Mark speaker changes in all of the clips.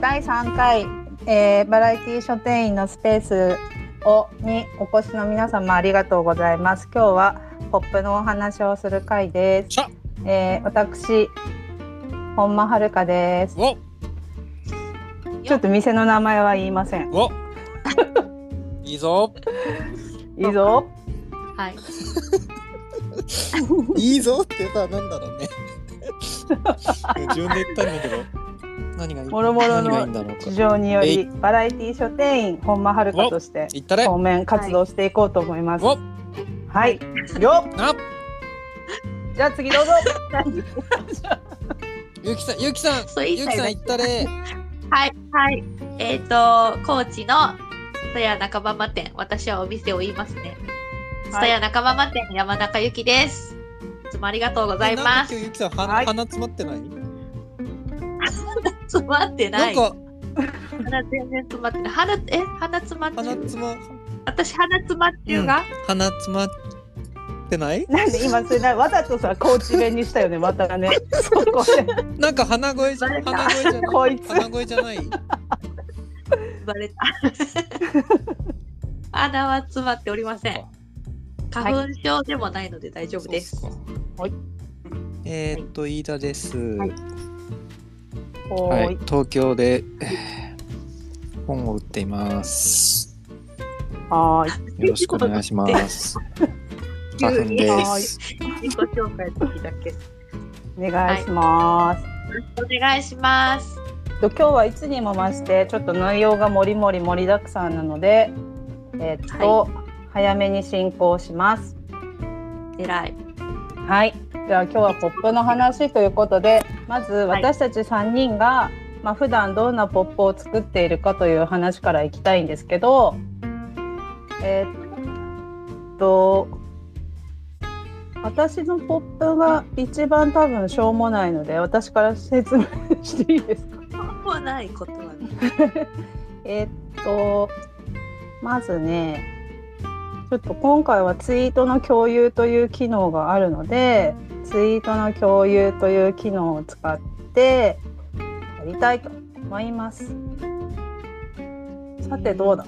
Speaker 1: 第3回、えーバラエティ書店員のスペースをにお越しの皆様ありがとうございます。今日はポップのお話をする回です。
Speaker 2: さ
Speaker 1: えー私本間遥です。
Speaker 2: お
Speaker 1: ちょっと店の名前は言いません。
Speaker 2: おいいぞ
Speaker 1: いいぞ。
Speaker 3: はい。
Speaker 2: いいぞってさなんだろうね自分で言ったんだけど何がいい
Speaker 1: もろもろの
Speaker 2: 何がいいんだろう
Speaker 1: 事
Speaker 2: か
Speaker 1: 情によ
Speaker 2: え
Speaker 1: り
Speaker 2: い
Speaker 1: バラエティ書店員本間遥として
Speaker 2: 言ったれ
Speaker 1: 当面活動していこうと思います。
Speaker 2: お
Speaker 1: はい。よっ
Speaker 2: な
Speaker 1: じゃあ次どうぞ。
Speaker 2: ゆきさんゆきさん
Speaker 3: そう言い
Speaker 2: ゆ
Speaker 3: た
Speaker 2: き
Speaker 3: い
Speaker 2: さん言ったれ
Speaker 3: はいはい。えっ、と高知の蔦屋仲間間店、私はお店を言いますね。蔦屋仲間間店山中ゆきです。いつもありがとうござい
Speaker 2: なん
Speaker 3: ま
Speaker 2: か今
Speaker 3: す
Speaker 2: 日。ゆきさん鼻,、
Speaker 1: はい
Speaker 2: 鼻詰まってない
Speaker 3: 詰まってな。
Speaker 2: ないんか
Speaker 3: 鼻全然詰まってない。鼻え鼻詰まっ
Speaker 2: 鼻
Speaker 3: てる。
Speaker 2: 詰ま
Speaker 3: 私鼻詰まってるが、
Speaker 2: 鼻詰まってない
Speaker 1: なんで今それなわざとさ高知弁にしたよねまた ね。そこで
Speaker 2: なんか鼻声じゃ
Speaker 3: バレた
Speaker 2: 鼻声じゃない
Speaker 1: こいつ
Speaker 2: 鼻声じゃない
Speaker 3: バレた。鼻は詰まっておりません。花粉症でもないので大丈夫です。
Speaker 2: そうっすか
Speaker 1: はい
Speaker 2: えーっと飯田です、
Speaker 1: はいお
Speaker 2: は
Speaker 1: ー
Speaker 2: い
Speaker 1: い、
Speaker 2: 東京でえー本を売っています。
Speaker 1: はーい
Speaker 2: よろしくお願い します。花粉です。
Speaker 3: 自己紹介の時だけ。よ
Speaker 1: お願いします。
Speaker 3: ろしくお願いします。
Speaker 1: と今日はいつにも増してちょっと内容がもりもり盛りだくさんなので、えーっと、早めに進行します。
Speaker 3: 偉い。
Speaker 1: はい。では今日はポップの話ということで、まず
Speaker 3: い
Speaker 1: 私たち3人が、まあ普段どんなポップを作っているかという話からいきたいんですけど、えーっと私のポップが一番多分しょうもないので私から説明していいですか
Speaker 3: もうないことはね。
Speaker 1: えーっとまずねちょっと今回はツイートの共有という機能があるのでツイートの共有という機能を使ってやりたいと思いますさてどうだ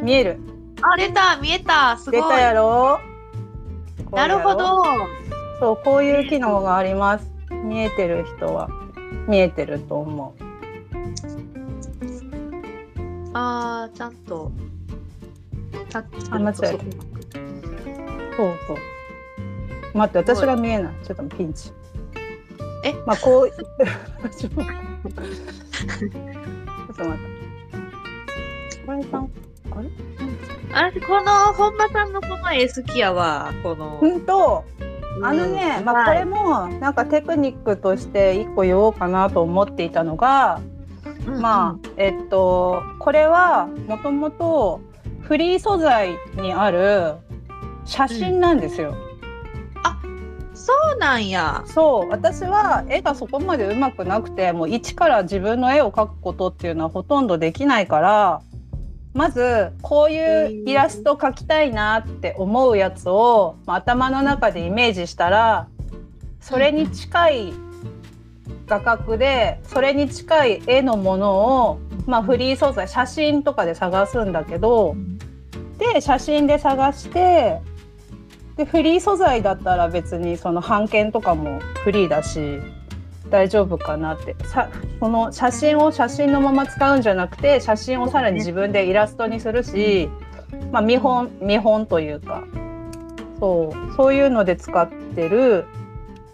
Speaker 1: 見える
Speaker 3: あ、出た、見えた、すご
Speaker 1: 出
Speaker 3: い。
Speaker 1: たやろこう
Speaker 3: な
Speaker 1: やろ
Speaker 3: るほど。
Speaker 1: そうこういう機能があります見えてる人は見えてると思う
Speaker 3: ああ、ちゃんと。タッチ
Speaker 1: あ間違えそうそう待って私が見えないちょっとピンチ
Speaker 3: え
Speaker 1: まあこう ちょっと待ってこれさんあれ
Speaker 3: 私、この本間さんのこの絵好きやわ。この。
Speaker 1: うんとあの
Speaker 3: う
Speaker 1: ね
Speaker 3: ん
Speaker 1: まあこ
Speaker 3: は
Speaker 1: れ
Speaker 3: い
Speaker 1: もなんかテクニックとして一個言おうかなと思っていたのがまあえっとこれはもともとフリー素材にある写真なんですよ。
Speaker 3: うんそうなんや。
Speaker 1: そう私は絵がそこまでうまくなくてもう一から自分の絵を描くことっていうのはほとんどできないからまずこういうイラスト描きたいなって思うやつを、まあ頭の中でイメージしたらそれに近い画角でそれに近い絵のものを、まあ、フリー素材写真とかで探すんだけどで写真で探してでフリー素材だったら別にその版権とかもフリーだし大丈夫かなってさその写真を写真のまま使うんじゃなくて写真をさらに自分でイラストにするし、まあ、見本見本というかそうそういうので使ってる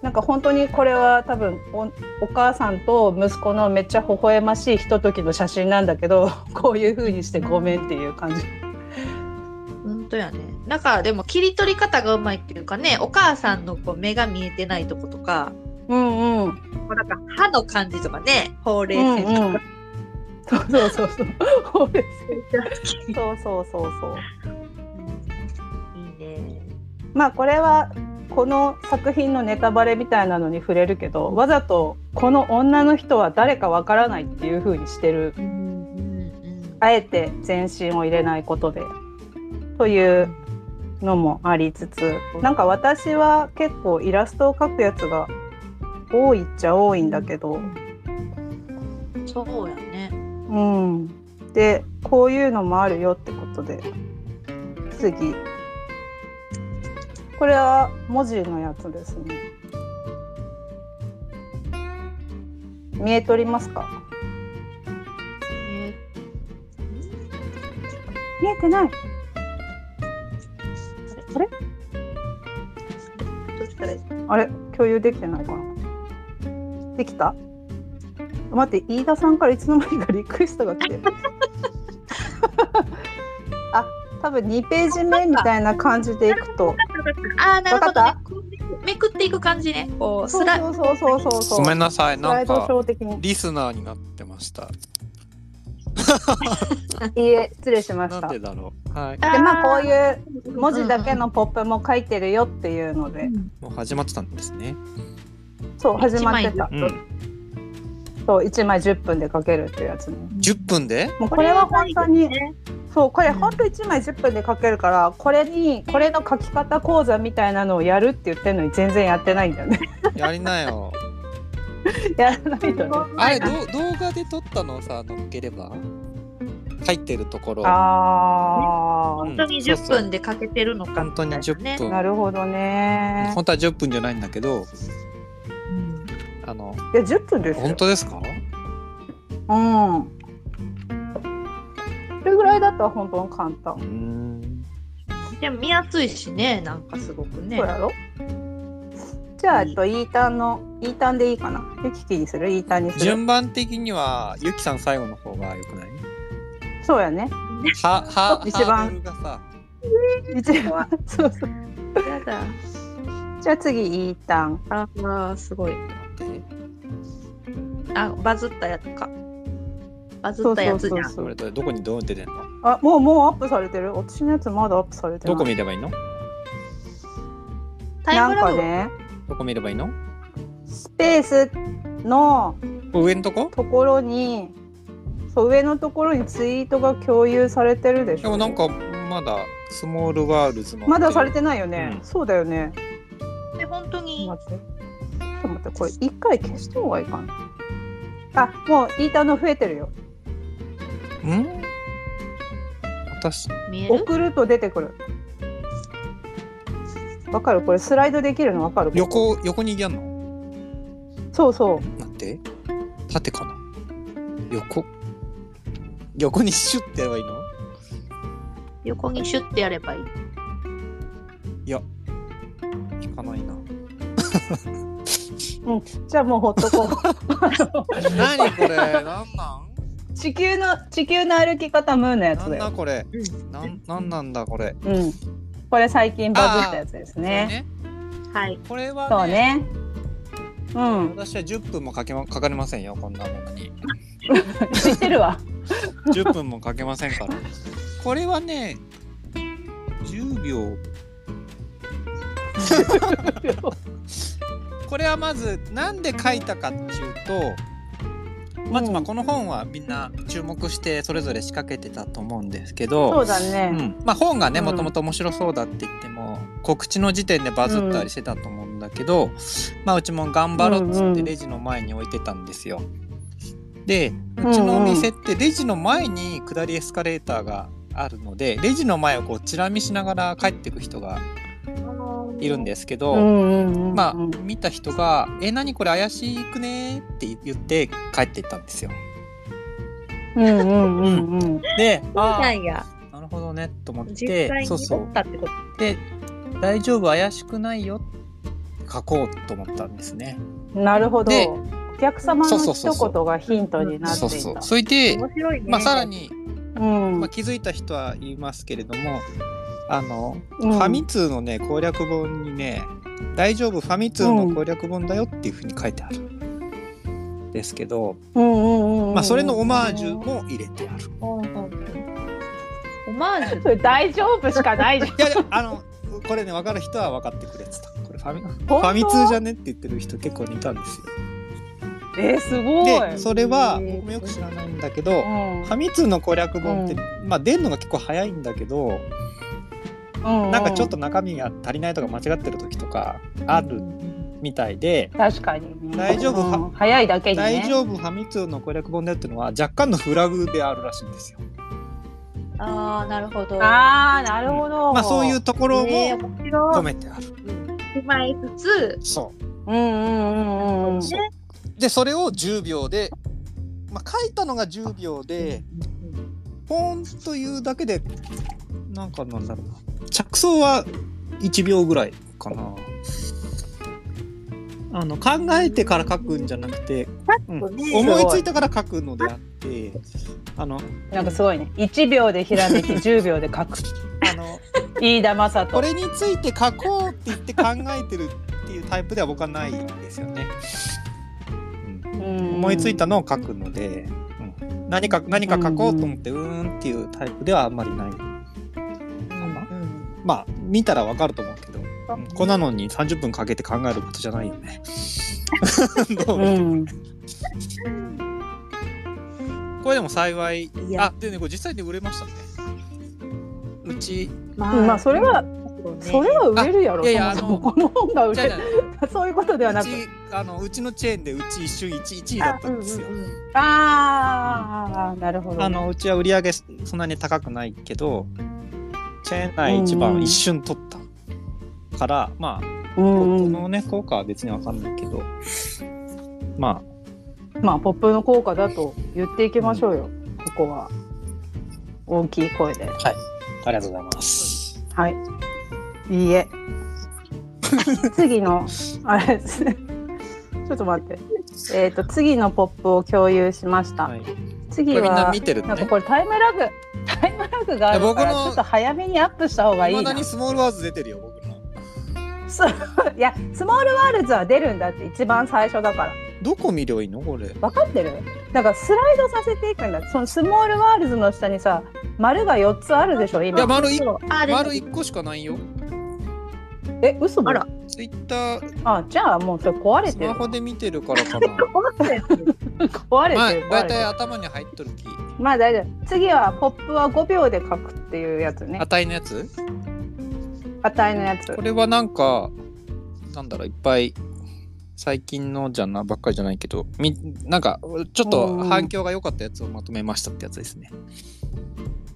Speaker 1: なんか本当にこれは多分おお母さんと息子のめっちゃ微笑ましいひとときの写真なんだけどこういう風にしてごめんっていう感じ。
Speaker 3: 本当やね。なんか、でも、切り取り方がうまいっていうかね、お母さんのこう目が見えてないとことか。
Speaker 1: うんうん
Speaker 3: こうなんか、歯の感じとかね、ほうれい線と
Speaker 1: うんう
Speaker 3: か
Speaker 1: ん。そうそうそうそう。ほうれい
Speaker 3: めっちゃ好
Speaker 1: 線
Speaker 3: き
Speaker 1: そうそうそうそう。
Speaker 3: うんいいね。
Speaker 1: まあこれはこの作品のネタバレみたいなのに触れるけど、わざとこの女の人は誰かわからないっていう風にしてる。
Speaker 3: うんうん
Speaker 1: あえて全身を入れないことでというのもありつつ、なんか私は結構イラストを描くやつが多いっちゃ多いんだけど、
Speaker 3: うん。そうやね。
Speaker 1: うん、でこういうのもあるよってことで次これは文字のやつですね見えとりますか
Speaker 3: え
Speaker 1: 見えてない
Speaker 3: ー
Speaker 1: あれ
Speaker 3: どうしたらいい
Speaker 1: あれ共有できてないかなできた待って飯田さんからいつの間にかリクエストが 来てるあ多分2ページ目みたいな感じでいくと
Speaker 3: あーなるほ
Speaker 1: わかった
Speaker 3: どねこうめくっていく感じねこう
Speaker 1: そ
Speaker 3: ス
Speaker 1: う
Speaker 3: ラ
Speaker 1: そうそうそうそうそう
Speaker 2: ごめんなさい、
Speaker 1: スラ
Speaker 2: な
Speaker 1: イ
Speaker 2: ん
Speaker 1: ドシ
Speaker 2: か
Speaker 1: ョー的に
Speaker 2: リスナーになってました。
Speaker 1: いいえ失礼しまし
Speaker 2: な
Speaker 1: た
Speaker 2: んで
Speaker 1: で
Speaker 2: だろう。はい。
Speaker 1: まあこういう
Speaker 3: う
Speaker 1: 文字だけのポップも書いてるよっていうので、
Speaker 2: もう始まってたんですね。
Speaker 1: そう始まってた、
Speaker 2: うん。
Speaker 1: そう1枚10分で書けるっていうやつね
Speaker 2: 10分で
Speaker 1: もうこれは本当に、
Speaker 3: ね
Speaker 1: そうこれ本当1枚10分で書けるからこれにこれの書き方講座みたいなのをやるって言ってるのに全然やってないんだよね
Speaker 2: やりなよ。
Speaker 1: やらないとね
Speaker 2: あれ、どう動画で撮ったのをさ、乗っければ書いてるところ。
Speaker 1: あ
Speaker 2: うん
Speaker 3: 本当に
Speaker 2: そう
Speaker 3: 10
Speaker 2: そう
Speaker 3: 分でかけてるのか
Speaker 2: 本当に10
Speaker 1: ー
Speaker 2: 分。
Speaker 1: なるほどね
Speaker 2: 本当は10分じゃないんだけど、あの、
Speaker 1: いや10分ですよ
Speaker 2: 本当ですか
Speaker 1: うんそれぐらいだったら本当に簡単
Speaker 2: うーん。
Speaker 3: でも見やすいしねなんかすごくね
Speaker 1: そうやろじゃあ、
Speaker 3: いい
Speaker 1: えっと、E ターンの、E ターンでいいかな。行き来にする ?E ターンにする。
Speaker 2: 順番的には、ゆきさん最後の方が良くない
Speaker 1: そうやね。
Speaker 2: は、は、
Speaker 1: 一番
Speaker 2: ハードルがさ、
Speaker 1: 一番。 そうそう。
Speaker 3: やだ
Speaker 1: じゃあ次 E ターン。
Speaker 3: あーすごい
Speaker 2: で
Speaker 3: あバズったやつかバズったやつじゃん
Speaker 1: そ
Speaker 2: それとどこにどう出てんの
Speaker 1: あ、もうもうアップされてる私のやつまだアップされてな
Speaker 2: ど
Speaker 1: い。
Speaker 2: こ見ればいいの
Speaker 3: タイムラ
Speaker 1: なん
Speaker 3: グ
Speaker 1: かね、
Speaker 2: どこ見ればいいの
Speaker 1: スペースの
Speaker 2: 上のとこと
Speaker 1: ころに、そう上のところにツイートが共有されてるでし
Speaker 2: で
Speaker 1: ょ。
Speaker 2: もなんかまだスモールワールズの
Speaker 1: まだされてないよね。
Speaker 2: うん
Speaker 1: そうだよね。
Speaker 3: で本当に
Speaker 1: 待って。ちょっと待って、これ一回消した方がいいかな。あ、もう E ターンの増えてるよ。
Speaker 2: うん私
Speaker 3: 見える
Speaker 1: 送ると出てくる。わかるこれスライドできるのわかる
Speaker 2: 横横にやんの
Speaker 1: そうそう。
Speaker 2: 待って縦かな横横にシュッてやればいいの
Speaker 3: 横にシュッてやればいい
Speaker 2: 引かないな
Speaker 1: じゃあもうほっとこ
Speaker 2: 何これなんなん
Speaker 1: う。地球の地球の歩き方ムーンのや
Speaker 2: な
Speaker 1: つだ
Speaker 2: んだ
Speaker 1: よ。
Speaker 2: これ
Speaker 3: うん
Speaker 2: なんなんなんだこれ
Speaker 1: うん。これ最近バズったやつです
Speaker 2: こ
Speaker 1: ね。
Speaker 2: れ
Speaker 3: はい
Speaker 2: これは
Speaker 1: そう
Speaker 2: ね
Speaker 1: ね。うん。
Speaker 2: 私は10分もかけまかかりませんよこんなものに
Speaker 1: 知ってるわ。
Speaker 2: 10分もかけません からこれはね10秒これはまずなんで書いたかっていうとまずまあこの本はみんな注目してそれぞれ仕掛けてたと思うんですけ
Speaker 1: そ
Speaker 2: ど、
Speaker 1: うだ
Speaker 2: う
Speaker 1: ね。
Speaker 2: んまあ、本がね
Speaker 1: うん
Speaker 2: もともと面白そうだって言っても告知の時点でバズったりしてたと思うんだけど、まあ、うちも頑張ろうっつ
Speaker 1: うん
Speaker 2: っ
Speaker 1: う
Speaker 2: て
Speaker 1: ん
Speaker 2: レジの前に置いてたんですよ。で
Speaker 1: うん
Speaker 2: うちのお店ってレジの前に下りエスカレーターがあるのでレジの前をこうチラ見しながら帰ってく人がいるんですけど。
Speaker 1: うんうんうん。
Speaker 2: まあ、見た人が「え何これ怪しくね?」って言って帰っていったんですよ。
Speaker 1: うんうんうんうん。
Speaker 2: で「
Speaker 3: そう
Speaker 2: あ
Speaker 3: な
Speaker 2: ー
Speaker 3: んや
Speaker 2: なるほどね」と思っ
Speaker 3: 実
Speaker 2: て
Speaker 3: 際に
Speaker 2: そうそ
Speaker 3: 撮
Speaker 2: う
Speaker 3: ったってこと
Speaker 2: で「大丈夫怪しくないよ」って書こうと思ったんですね。
Speaker 1: なるほど
Speaker 2: で。
Speaker 1: お客様の
Speaker 2: そうそうそう
Speaker 1: 一言がヒントになって
Speaker 2: そ
Speaker 1: いう
Speaker 2: そう
Speaker 1: た。
Speaker 2: それで、
Speaker 3: 面白いね
Speaker 2: まあ、さらに、
Speaker 1: うん。
Speaker 2: まあ、気づいた人は言いますけれどもあの、
Speaker 1: うん
Speaker 2: ファミ通のね攻略本にね「大丈夫ファミ通の攻略本だよ」っていうふうに書いてある。ですけど、
Speaker 1: うんうんうんうん。
Speaker 2: まあ、それのオマージュも入れてある。
Speaker 3: オマージ
Speaker 1: それ大丈夫しかないじゃん。
Speaker 2: いやいやあのこれね分かる人は分かってくれてたこれファミ フ
Speaker 1: 本当
Speaker 2: ァミ通じゃねって言ってる人結構いたんですよ
Speaker 1: えー、すごい。
Speaker 2: でそれは
Speaker 3: へー
Speaker 2: 僕もよく知らないんだけど
Speaker 1: う
Speaker 2: フ
Speaker 1: ん
Speaker 2: ァミ通の攻略本って、
Speaker 1: う
Speaker 2: まあ出るのが結構早いんだけど
Speaker 1: うう
Speaker 2: なんかちょっと中身が足りないとか間違ってる時とかある
Speaker 3: ュ
Speaker 2: みたいで、
Speaker 1: 確かにね。
Speaker 2: 大丈夫
Speaker 1: うん早いだけにね。
Speaker 2: 大丈夫ファミ通の攻略本でっていうのは若干のフラグであるらしいんですよ。
Speaker 3: ああ、なるほど。
Speaker 1: ああ、なるほど。
Speaker 2: まあそういうところ
Speaker 3: えー
Speaker 2: も
Speaker 3: 面
Speaker 2: 込
Speaker 3: 白い。
Speaker 2: めてある。
Speaker 3: 踏まえつつ、
Speaker 2: そ
Speaker 1: うんうんうんうん。
Speaker 3: ね
Speaker 2: う。でそれを10秒で、まあ、書いたのが10秒でポンというだけでなんかなんだろうな着想は1秒ぐらいかな。あの考えてから書くんじゃなくて、うん
Speaker 3: そうね
Speaker 2: 思いついたから書くのであってあの
Speaker 1: なんかすごいね。1秒でひらめき、10秒 で書く。
Speaker 2: あ の
Speaker 1: 飯田正
Speaker 2: こ
Speaker 1: 人。
Speaker 2: れについて書こうって言って考えてるっていうタイプでは僕はないんですよね。うん思
Speaker 1: 思
Speaker 2: いついたのを書くので、うん何か何か書こうと思ってうーんっていうタイプではあんまりない。
Speaker 3: うんうん
Speaker 2: まあ見たらわかると思うけど、うんこんなのに30分かけて考えることじゃないよね。どう
Speaker 1: うん。
Speaker 2: これでも幸い
Speaker 3: いや
Speaker 2: あでねこれ実際に売れましたね。うち
Speaker 3: ま
Speaker 1: まあそれは
Speaker 3: そうね
Speaker 1: それは売れるやろ。
Speaker 2: あいやいや
Speaker 1: そもそもこの本が売
Speaker 2: じゃあ
Speaker 1: れ
Speaker 2: じゃ
Speaker 1: る
Speaker 2: あ。
Speaker 1: そういうことではな
Speaker 2: う
Speaker 1: く。
Speaker 2: ちあのうちのチェーンでうち一周一一位だったんですよ。
Speaker 3: あうんうんうん
Speaker 1: ああ、なるほど。
Speaker 2: あのうちは売り上げそんなに高くないけどチェーン内一
Speaker 1: うんう
Speaker 2: 番
Speaker 1: ん
Speaker 2: 一瞬取ったから、まあ
Speaker 1: うん
Speaker 2: 僕
Speaker 1: うん、
Speaker 2: のね効果は別にわかんないけどま
Speaker 1: まあポップの効果だと言っていきましょうよ。ここは大きい声で。
Speaker 2: あありがとうございます。
Speaker 1: はい。いい え。次のあれ です。ちょっと待って。えっ、と次のポップを共有しました。
Speaker 2: はい、こ
Speaker 1: 次
Speaker 2: れみんな
Speaker 1: は
Speaker 2: 見てるの
Speaker 1: なんか
Speaker 2: ね。
Speaker 1: これタイムラグタイムラグがあるから
Speaker 2: いや僕の
Speaker 1: ちょっと早めにアップした方がいい
Speaker 2: 未だ
Speaker 1: な。
Speaker 2: にスモールワーズ出てるよ僕の。
Speaker 1: そういやスモールワールズは出るんだって一番最初だから。
Speaker 2: どこ見りゃいいのこれ。
Speaker 1: 分かってるだからスライドさせていくんだそのスモールワールズの下にさ丸が4つあるでしょ今
Speaker 2: いや丸い
Speaker 3: そうあーでも
Speaker 2: 丸一個しかないよ。
Speaker 1: え嘘だ
Speaker 3: あら
Speaker 2: ツイッター
Speaker 1: あじゃあもうそれ壊れ
Speaker 2: ス
Speaker 1: てる
Speaker 2: マホで見てるか らかな。
Speaker 1: 壊れ
Speaker 2: まあ
Speaker 1: てる壊
Speaker 2: だい
Speaker 1: れ
Speaker 2: た
Speaker 1: て
Speaker 2: い
Speaker 1: る
Speaker 2: 頭に入っとるき。
Speaker 1: まあ大丈夫次はポップは5秒で書くっていうやつね
Speaker 2: 値のやつ？
Speaker 1: 値のやつ
Speaker 2: これはなんかなんだろういっぱい最近のじゃなばっかりじゃないけどみなんかちょっと反響が良かったやつをまとめましたってやつですね
Speaker 1: そ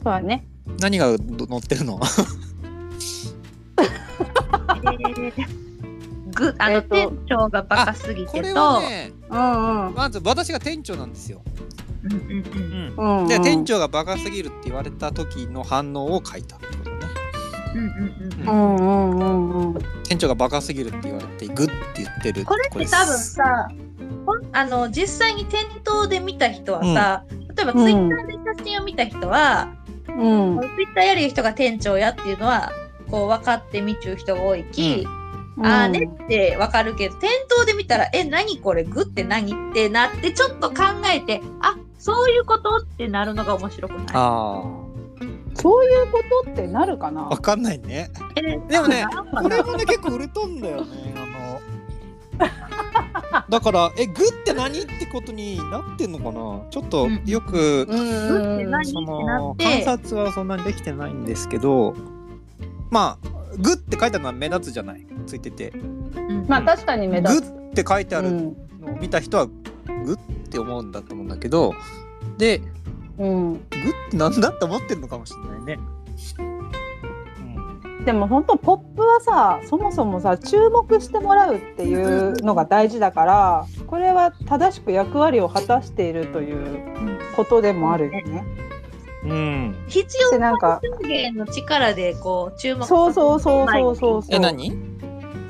Speaker 1: うだね
Speaker 2: 何がど載ってるの
Speaker 3: ぐあ
Speaker 1: え
Speaker 3: の
Speaker 1: ーと
Speaker 3: 店長がバカすぎ
Speaker 2: こ
Speaker 3: て
Speaker 2: れ
Speaker 3: と
Speaker 2: は、ね
Speaker 1: うんうん
Speaker 2: まず私が店長なんですよ、
Speaker 3: うんうんう
Speaker 2: うんん
Speaker 1: うんうん、
Speaker 2: で店長がバカすぎるって言われた時の反応を書いたってことね
Speaker 3: うんうんうん
Speaker 1: うんうんうんうん
Speaker 2: 店長がバカすぎるって言われてグッって言ってる
Speaker 3: これって
Speaker 2: す
Speaker 3: 多分さほんあの実際に店頭で見た人はさ、例えば
Speaker 1: うん
Speaker 3: ツイッターで写真を見た人は、
Speaker 1: うん
Speaker 3: ツイッターやる人が店長やっていうのはこう分かって見ちゅう人が多いき、あーねって分かるけど店頭で見たら「え何これグって何?」ってなってちょっと考えて「あそういうこと?」ってなるのが面白くない
Speaker 2: あ
Speaker 1: そういうことってなるかな
Speaker 2: あ分かんないね
Speaker 3: え
Speaker 2: でもね
Speaker 3: なんか
Speaker 2: こ
Speaker 3: な
Speaker 2: れもね結構売れたんだよね あのだからえグって何ってことになってんのかなちょっと
Speaker 3: うん
Speaker 2: よく、
Speaker 1: うん
Speaker 3: って何
Speaker 2: そ
Speaker 3: なっ
Speaker 2: の
Speaker 3: て
Speaker 2: 観察はそんなにできてないんですけどまあグって書いたのは目立つじゃないついててグ
Speaker 3: うん
Speaker 1: まあ確かに目立つ
Speaker 2: って書いてあ
Speaker 1: う
Speaker 2: る
Speaker 1: ん
Speaker 2: のを見た人はグって思うんだと思うんだけどでグ
Speaker 1: うん
Speaker 2: ってなんだって思ってるのかもしれないね。うん
Speaker 1: でも本当ポップはさそもそもさ注目してもらうっていうのが大事だからこれは正しく役割を果たしているということでもあるよね。
Speaker 2: うん
Speaker 3: 必要
Speaker 1: でなんか
Speaker 3: 表現の力でこう注目
Speaker 1: そうそうそうそうそう
Speaker 2: え
Speaker 1: そう
Speaker 2: 何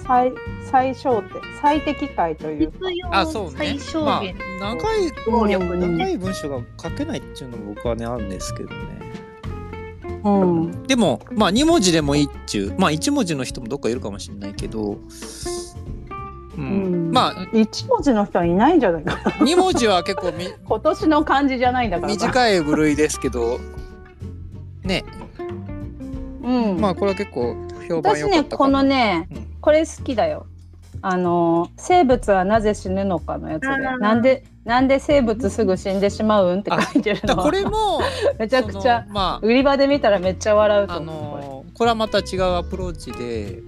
Speaker 1: 最最小点最適解というか
Speaker 3: 必要
Speaker 2: あそうね
Speaker 3: 最小限、
Speaker 2: まあ、長い
Speaker 1: 労力に
Speaker 2: 長い文章が書けないっていうのも僕はねあるんですけどね
Speaker 1: うん
Speaker 2: でもまあ2文字でもいいっちゅうまあ1文字の人もどっかいるかもしれないけど、うん
Speaker 1: うん
Speaker 2: まあ
Speaker 1: 一文字の人はいないんじゃないか
Speaker 2: 2文字は結構 み
Speaker 1: 今年の漢字じゃないんだから
Speaker 2: 短い部類ですけどね
Speaker 1: うん
Speaker 2: まあこれは結構評判
Speaker 1: 私
Speaker 2: 良か
Speaker 1: ね
Speaker 2: ったか
Speaker 1: こ
Speaker 2: な
Speaker 1: のね、
Speaker 2: うん
Speaker 1: これ好きだよあの生物はなぜ死ぬのかのやつで
Speaker 3: あー
Speaker 1: なんでなんで生物すぐ死んでしまうんって書いてる
Speaker 2: だ
Speaker 1: の
Speaker 2: からこれも
Speaker 1: めちゃくちゃ
Speaker 2: そのま
Speaker 1: 売り場で見たらめっちゃ笑う
Speaker 2: あ
Speaker 1: と
Speaker 2: あ
Speaker 1: 思う、こ
Speaker 2: のーこれはまた違うアプローチで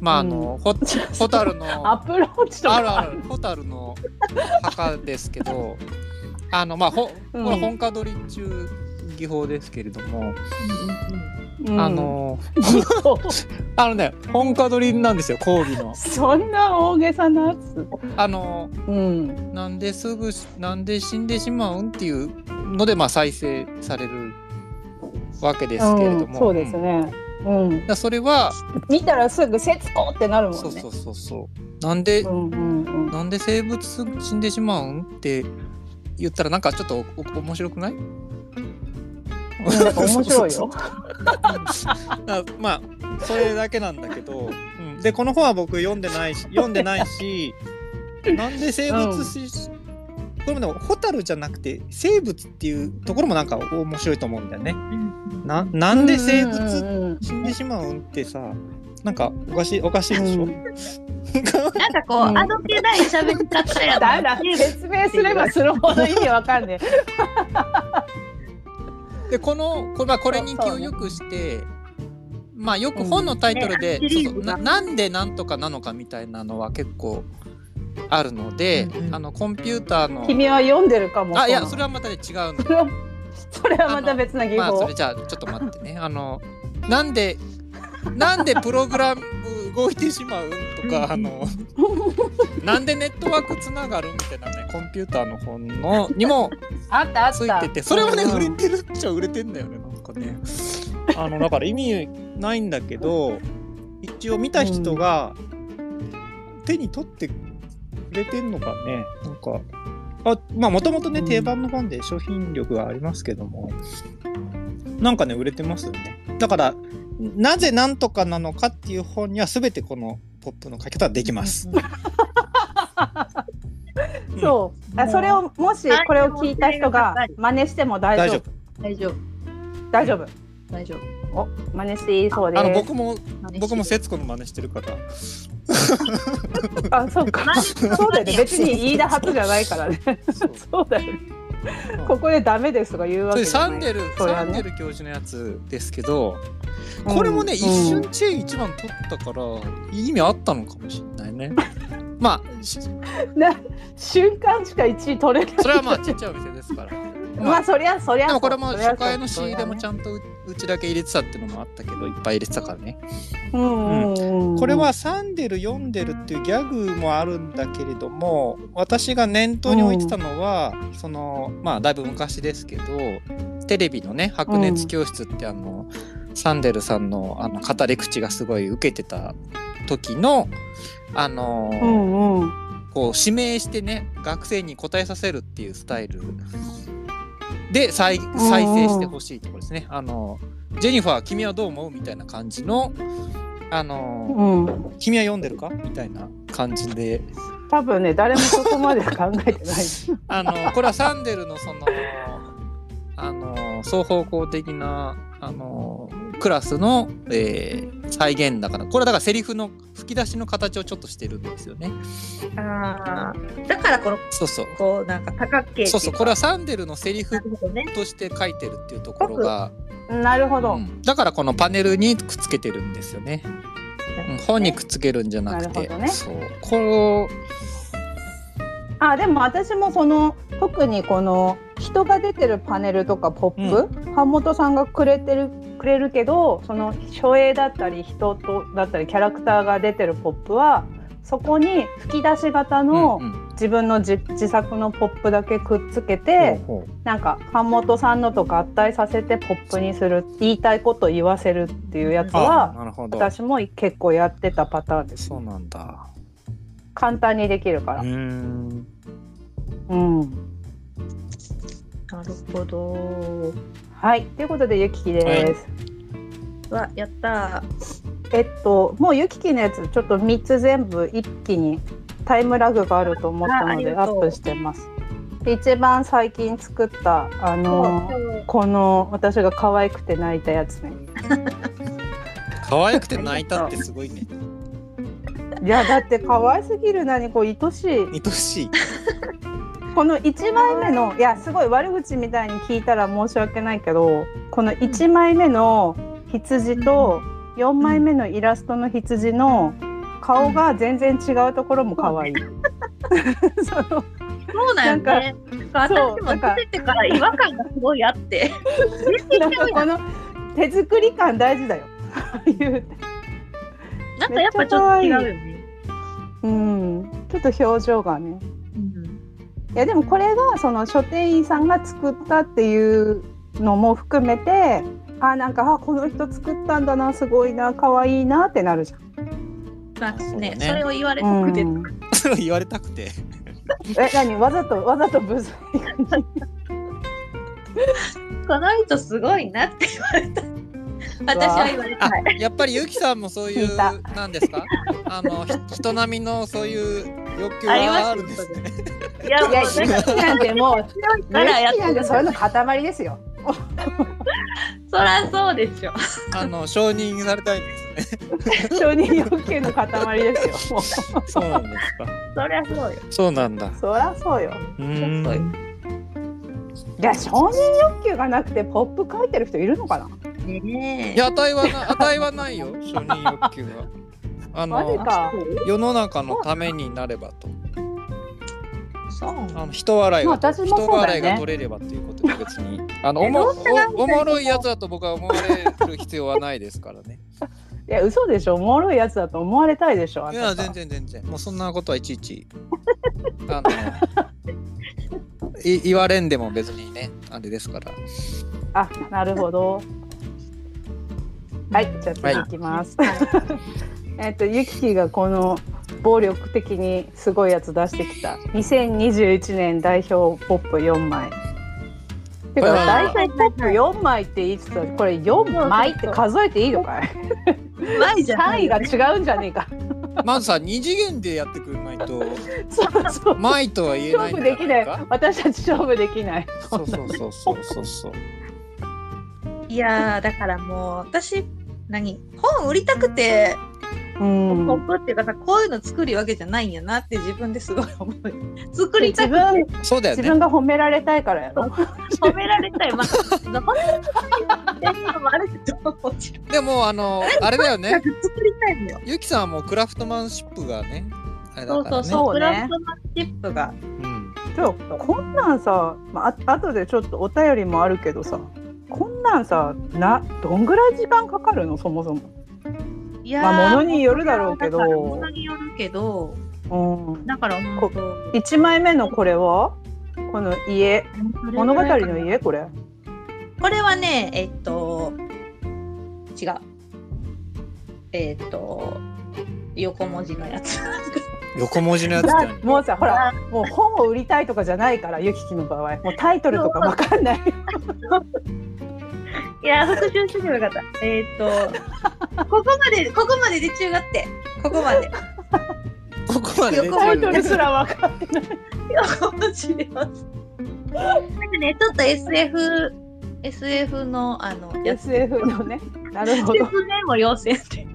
Speaker 2: まああの、ほホタル の
Speaker 1: アプローチとか
Speaker 2: あるあるホタルの墓ですけどあのまあほ、
Speaker 1: うん
Speaker 2: これ本家取り中技法ですけれども、
Speaker 1: うん
Speaker 2: あの
Speaker 1: そう
Speaker 2: あのね本家取りなんですよ講義の。
Speaker 1: そんな大げさなやつ
Speaker 2: あの
Speaker 1: うん
Speaker 2: なんですぐなんで死んでしまうんっていうのでまあ再生されるわけですけれ
Speaker 1: う
Speaker 2: ども、
Speaker 1: んそうです
Speaker 2: うんだ
Speaker 1: ね
Speaker 2: か
Speaker 1: うん
Speaker 2: らそれは、
Speaker 1: 見たらすぐ「節子」ってなるもんね
Speaker 2: そうそうそうそうなんで、
Speaker 1: うんうんうん
Speaker 2: なんで生物死んでしまうんって言ったらなんかちょっとおお面白くない
Speaker 1: なん か面白いよ
Speaker 2: あまあそれだけなんだけど、うん、でこの本は僕読んでないし読んでないしなんで生物し、これもでもホタルじゃなくて生物っていうところもなんか面白いと思うんだよね。ななんで生
Speaker 1: うん
Speaker 2: 物
Speaker 1: うんうん
Speaker 2: 死んでしまうんってさなんかおかしいおかしいでしょ、
Speaker 1: うん
Speaker 3: なんかこう、
Speaker 1: うん
Speaker 3: あどけない喋り方や
Speaker 1: だ
Speaker 3: な
Speaker 1: ら説明すればするほど意味わかんねえ。
Speaker 2: でこのこれ,、まあ、これに気をよくして、まあよく本のタイトルで、
Speaker 3: うんね
Speaker 2: そうそうななんでなんとかなのかみたいなのは結構あるので、
Speaker 3: うんうん
Speaker 2: あのコンピューターの
Speaker 1: 君は読んでるかも。
Speaker 2: あいやそれ
Speaker 1: は。
Speaker 2: はまたね違うんで
Speaker 1: それはそれはまた別な技
Speaker 2: まあそ
Speaker 1: 法
Speaker 2: れ。じゃあちょっと待ってねあのなんでなんでプログラム動いてしまうとかあの なんでネットワークつながるみたいなねコンピューターの本のにも
Speaker 1: あったあっ
Speaker 2: つい
Speaker 1: た。
Speaker 2: ててそれもね
Speaker 1: うん
Speaker 2: 売れてるっちゃ売れてんだよねなんかねあのだから意味ないんだけど一応見た人が手に取ってくれてんのかねなんかあまあもともとね
Speaker 1: うん
Speaker 2: 定番の本で商品力はありますけどもなんかね売れてますよねだからなぜなんとかなのかっていう本には全てこのポップの書き方はできます。うん
Speaker 1: そう。あそれをもしこれを聞いた人が真似しても大
Speaker 2: 大丈
Speaker 1: 丈夫
Speaker 2: 夫。
Speaker 3: 大丈夫
Speaker 1: 大丈夫。
Speaker 3: 大丈夫
Speaker 1: お真似していいそうで
Speaker 2: あの
Speaker 1: す。
Speaker 2: 僕も僕も節子の真似してるから
Speaker 1: あそうか。そうだよね。別に飯田 初じゃないからね。
Speaker 2: そう
Speaker 1: そうだよね。ここでダメですとか言うわ
Speaker 2: そ
Speaker 1: け
Speaker 2: れ
Speaker 1: じゃ
Speaker 2: サ
Speaker 1: な
Speaker 2: ン
Speaker 1: い。
Speaker 2: デル、
Speaker 1: そり
Speaker 2: サ
Speaker 1: ゃね
Speaker 2: ンデル教授のやつですけど、これもね、
Speaker 1: うん
Speaker 2: 一瞬チェイ一番取ったから、意味あったのかもしれないね。 まあ、し
Speaker 1: な瞬間しか1位取れない。
Speaker 2: それはまあちっちゃいお店です から。
Speaker 1: まあそりゃそりゃ
Speaker 2: で
Speaker 1: そう。
Speaker 2: もこれも
Speaker 1: そりゃそう
Speaker 2: 初回の仕入れもち
Speaker 1: そ
Speaker 2: ゃんとううちだけ入れてたっていうのもあったけどいっぱい入れてたからね。
Speaker 1: りゃねうんうんうん。
Speaker 2: これはサンデル読んでるっていうギャグもあるんだけれども私が念頭に置いてたのは、そのまあだいぶ昔ですけどテレビのね「白熱教室」ってあの、サンデルさんのあの語り口がすごい受けてた時のあの、
Speaker 1: うんうん。
Speaker 2: こう指名してね学生に答えさせるっていうスタイルで再再生してほしいところですね。あのジェニファー君はどう思うみたいな感じのあの、
Speaker 1: うん、
Speaker 2: 君は読んでるかみたいな感じで
Speaker 1: 多分ね誰もそこまで考えてない
Speaker 2: あのこれはサンデルのそのあの双方向的なあのクラスの、えー再現だからこれはだからセリフの吹き出しの形をちょっとしてるんですよね。
Speaker 3: あーだからこの
Speaker 2: そうそう
Speaker 3: こうなんか多角形っていか
Speaker 2: そうそうこれはサンデルのセリフ
Speaker 3: なるほどね
Speaker 2: として書いてるっていうところが、
Speaker 1: なるほど、
Speaker 2: うんだからこのパネルにくっつけてるんですよね。うん本にくっつけるんじゃなく
Speaker 1: な
Speaker 2: て、
Speaker 1: るほどね
Speaker 2: そうこの
Speaker 1: あでも私もその特にこの人が出てるパネルとかポップ、版元さんがくれてるくれるけどその書影だったり人とだったりキャラクターが出てるポップはそこに吹き出し型の
Speaker 2: うんうん
Speaker 1: 自分の自自作のポップだけくっつけて、
Speaker 2: ほうほ
Speaker 1: なんか版元さんのと合体させてポップにする言いたいこと言わせるっていうやつ
Speaker 2: うあ
Speaker 1: は
Speaker 2: なるほど
Speaker 1: 私も結構やってたパターンです
Speaker 2: そうなんだ。
Speaker 1: 簡単にできるか
Speaker 2: う
Speaker 1: ら
Speaker 2: ー。ん
Speaker 1: うん。
Speaker 3: なるほど
Speaker 1: はい。ということでゆききです。
Speaker 3: わやったー
Speaker 1: えっともうゆききのやつちょっと三つ全部一気にタイムラグがあると思った
Speaker 3: ああ
Speaker 1: の
Speaker 3: り
Speaker 1: で
Speaker 3: が
Speaker 1: ア
Speaker 3: とう
Speaker 1: ップしてます。で一番最近作ったあのーこの私が可愛くて泣いたやつね。
Speaker 2: 可愛くて泣いたってすごいね。
Speaker 1: いやだって可愛すぎるなにこう愛しい。
Speaker 2: 愛しい。
Speaker 1: この1枚目のいやすごい悪口みたいに聞いたら申し訳ないけどこの1枚目の羊と4枚目のイラストの羊の顔が全然違うところも可愛い。 その
Speaker 3: そうなんよね。なんか
Speaker 1: そう
Speaker 3: 私も
Speaker 1: なんか
Speaker 3: 出てから違和感がすごいあって。
Speaker 1: なんかこの手作り感大事だよ。 ああいう
Speaker 3: なんかやっぱちょっと違うよね。
Speaker 1: うん、ちょっと表情がね。
Speaker 3: うん
Speaker 1: いやでもこれがその書店員さんが作ったっていうのも含めて、あなんかあこの人作ったんだなすごいな可愛いなってなるじゃん。
Speaker 3: まあね、
Speaker 2: そうだね
Speaker 3: それを言われて
Speaker 1: う
Speaker 3: くて、
Speaker 1: ん、
Speaker 2: それを言われたくて。
Speaker 1: え何わざとわざとブスに
Speaker 3: この人すごいなって言われた。私は言われた
Speaker 2: あ。、やっぱりゆきさんもそういう、なんですか。あの、ひ人並みのそういう欲求があるんですね。
Speaker 3: いや、もう
Speaker 1: いや、
Speaker 3: なんか
Speaker 1: 好きなんてもう、
Speaker 3: 強い
Speaker 1: 無
Speaker 3: か
Speaker 1: 意
Speaker 3: らやっ
Speaker 1: 識
Speaker 3: て
Speaker 1: なんて
Speaker 3: る。
Speaker 1: そういうの塊ですよ。
Speaker 3: そらそうでしょ。
Speaker 2: あの、承認されたいんですね。
Speaker 1: 承認欲求の塊ですよ。もう
Speaker 2: そうなんですか。
Speaker 3: そりゃそうよ。
Speaker 2: そうなんだ。
Speaker 1: そりゃそうよ。
Speaker 2: う
Speaker 3: そうよ
Speaker 2: ん。
Speaker 1: いや、承認欲求がなくてポップ書いてる人いるのかな
Speaker 3: ねえ。
Speaker 2: いや、値はな、値はないよ。 承認欲求は。あ
Speaker 1: マジ
Speaker 2: の、
Speaker 1: か。
Speaker 2: 世の中のためになればと。
Speaker 3: そう。
Speaker 2: あの人笑いが、
Speaker 1: まあ私もそうだよね
Speaker 2: 人笑いが取れればっていうことで別にあのおも
Speaker 3: どうせなんか
Speaker 2: おおもろいやつだと僕は思われる必要はないですからね。
Speaker 1: いや、嘘でしょ。おもろいやつだと思われたいでしょ。あ
Speaker 2: い
Speaker 1: な
Speaker 2: や
Speaker 1: た
Speaker 2: 全然全然もうそんなことはいち いちあのい言われんでも別にねあれですから。
Speaker 1: あ、なるほど。はい、じゃあ次
Speaker 2: はい
Speaker 1: いき ます。えっと、ゆききがこの暴力的にすごいやつ出してきた。2021年代表ポップ4枚。てか
Speaker 2: はい
Speaker 1: 代表ポップ4枚って言ってたこれ4枚って数えていいのかい
Speaker 3: うまいじゃな
Speaker 1: 単位
Speaker 3: いよ
Speaker 1: が違うんじゃねえか
Speaker 2: まずさ二次元でやってくれないと
Speaker 1: そうそう
Speaker 2: 前とは言えない
Speaker 1: 勝負
Speaker 2: んじ
Speaker 1: で
Speaker 2: ゃ
Speaker 1: き
Speaker 2: な
Speaker 1: ないい
Speaker 2: か。
Speaker 1: 私たち勝負できない
Speaker 2: そうそうそうそうそうそう。
Speaker 3: いやーだからもう私何本売りたくて
Speaker 1: うん
Speaker 3: ポップっていうかさこういうの作るわけじゃないんやなって自分ですごい思う作り
Speaker 1: 自
Speaker 3: たく
Speaker 1: 分
Speaker 2: そうだよ
Speaker 1: 自
Speaker 2: ね
Speaker 1: 分。が褒められたいからやろ
Speaker 3: 褒められたいまあそんなこと言ってるのもあるけどもちろん
Speaker 2: でも あのあれだよ
Speaker 3: 作
Speaker 2: ね。
Speaker 3: りたいのよ
Speaker 2: ゆきさんはもうクラフトマンシップがねあれ
Speaker 3: そ
Speaker 2: だ
Speaker 3: う
Speaker 2: か
Speaker 3: そ
Speaker 2: らね。
Speaker 3: う
Speaker 1: そ
Speaker 3: そう
Speaker 1: うね
Speaker 3: クラフトマンシップが
Speaker 2: うん
Speaker 1: でもこんなんさ、まあ、あ後でちょっとお便りもあるけどさこんなんさなどんぐらい時間かかるのそもそも、
Speaker 3: いやー
Speaker 1: まあ物によるだろうけど
Speaker 3: だから物によるけど
Speaker 1: うん、
Speaker 3: だからもう
Speaker 1: 1枚目のこれはこの家物語の家これ
Speaker 3: これはね、えっと、違う。えっと、横文字のやつ。
Speaker 2: 横文字のやつだよね。
Speaker 1: もうさほらもう本を売りたいとかじゃないからゆききの場合もうタイトルとかわかんない
Speaker 3: いや、復習してもよかった。えっと、 ここまで、ここまでで中がって。ここまで。
Speaker 2: ここまで出てる
Speaker 1: タイトルすらわかんない
Speaker 3: 横文字でます。なんかね、ちょっと SF、SF の、あの、やつ。
Speaker 1: SF のねなるほど
Speaker 3: 説明も要請って。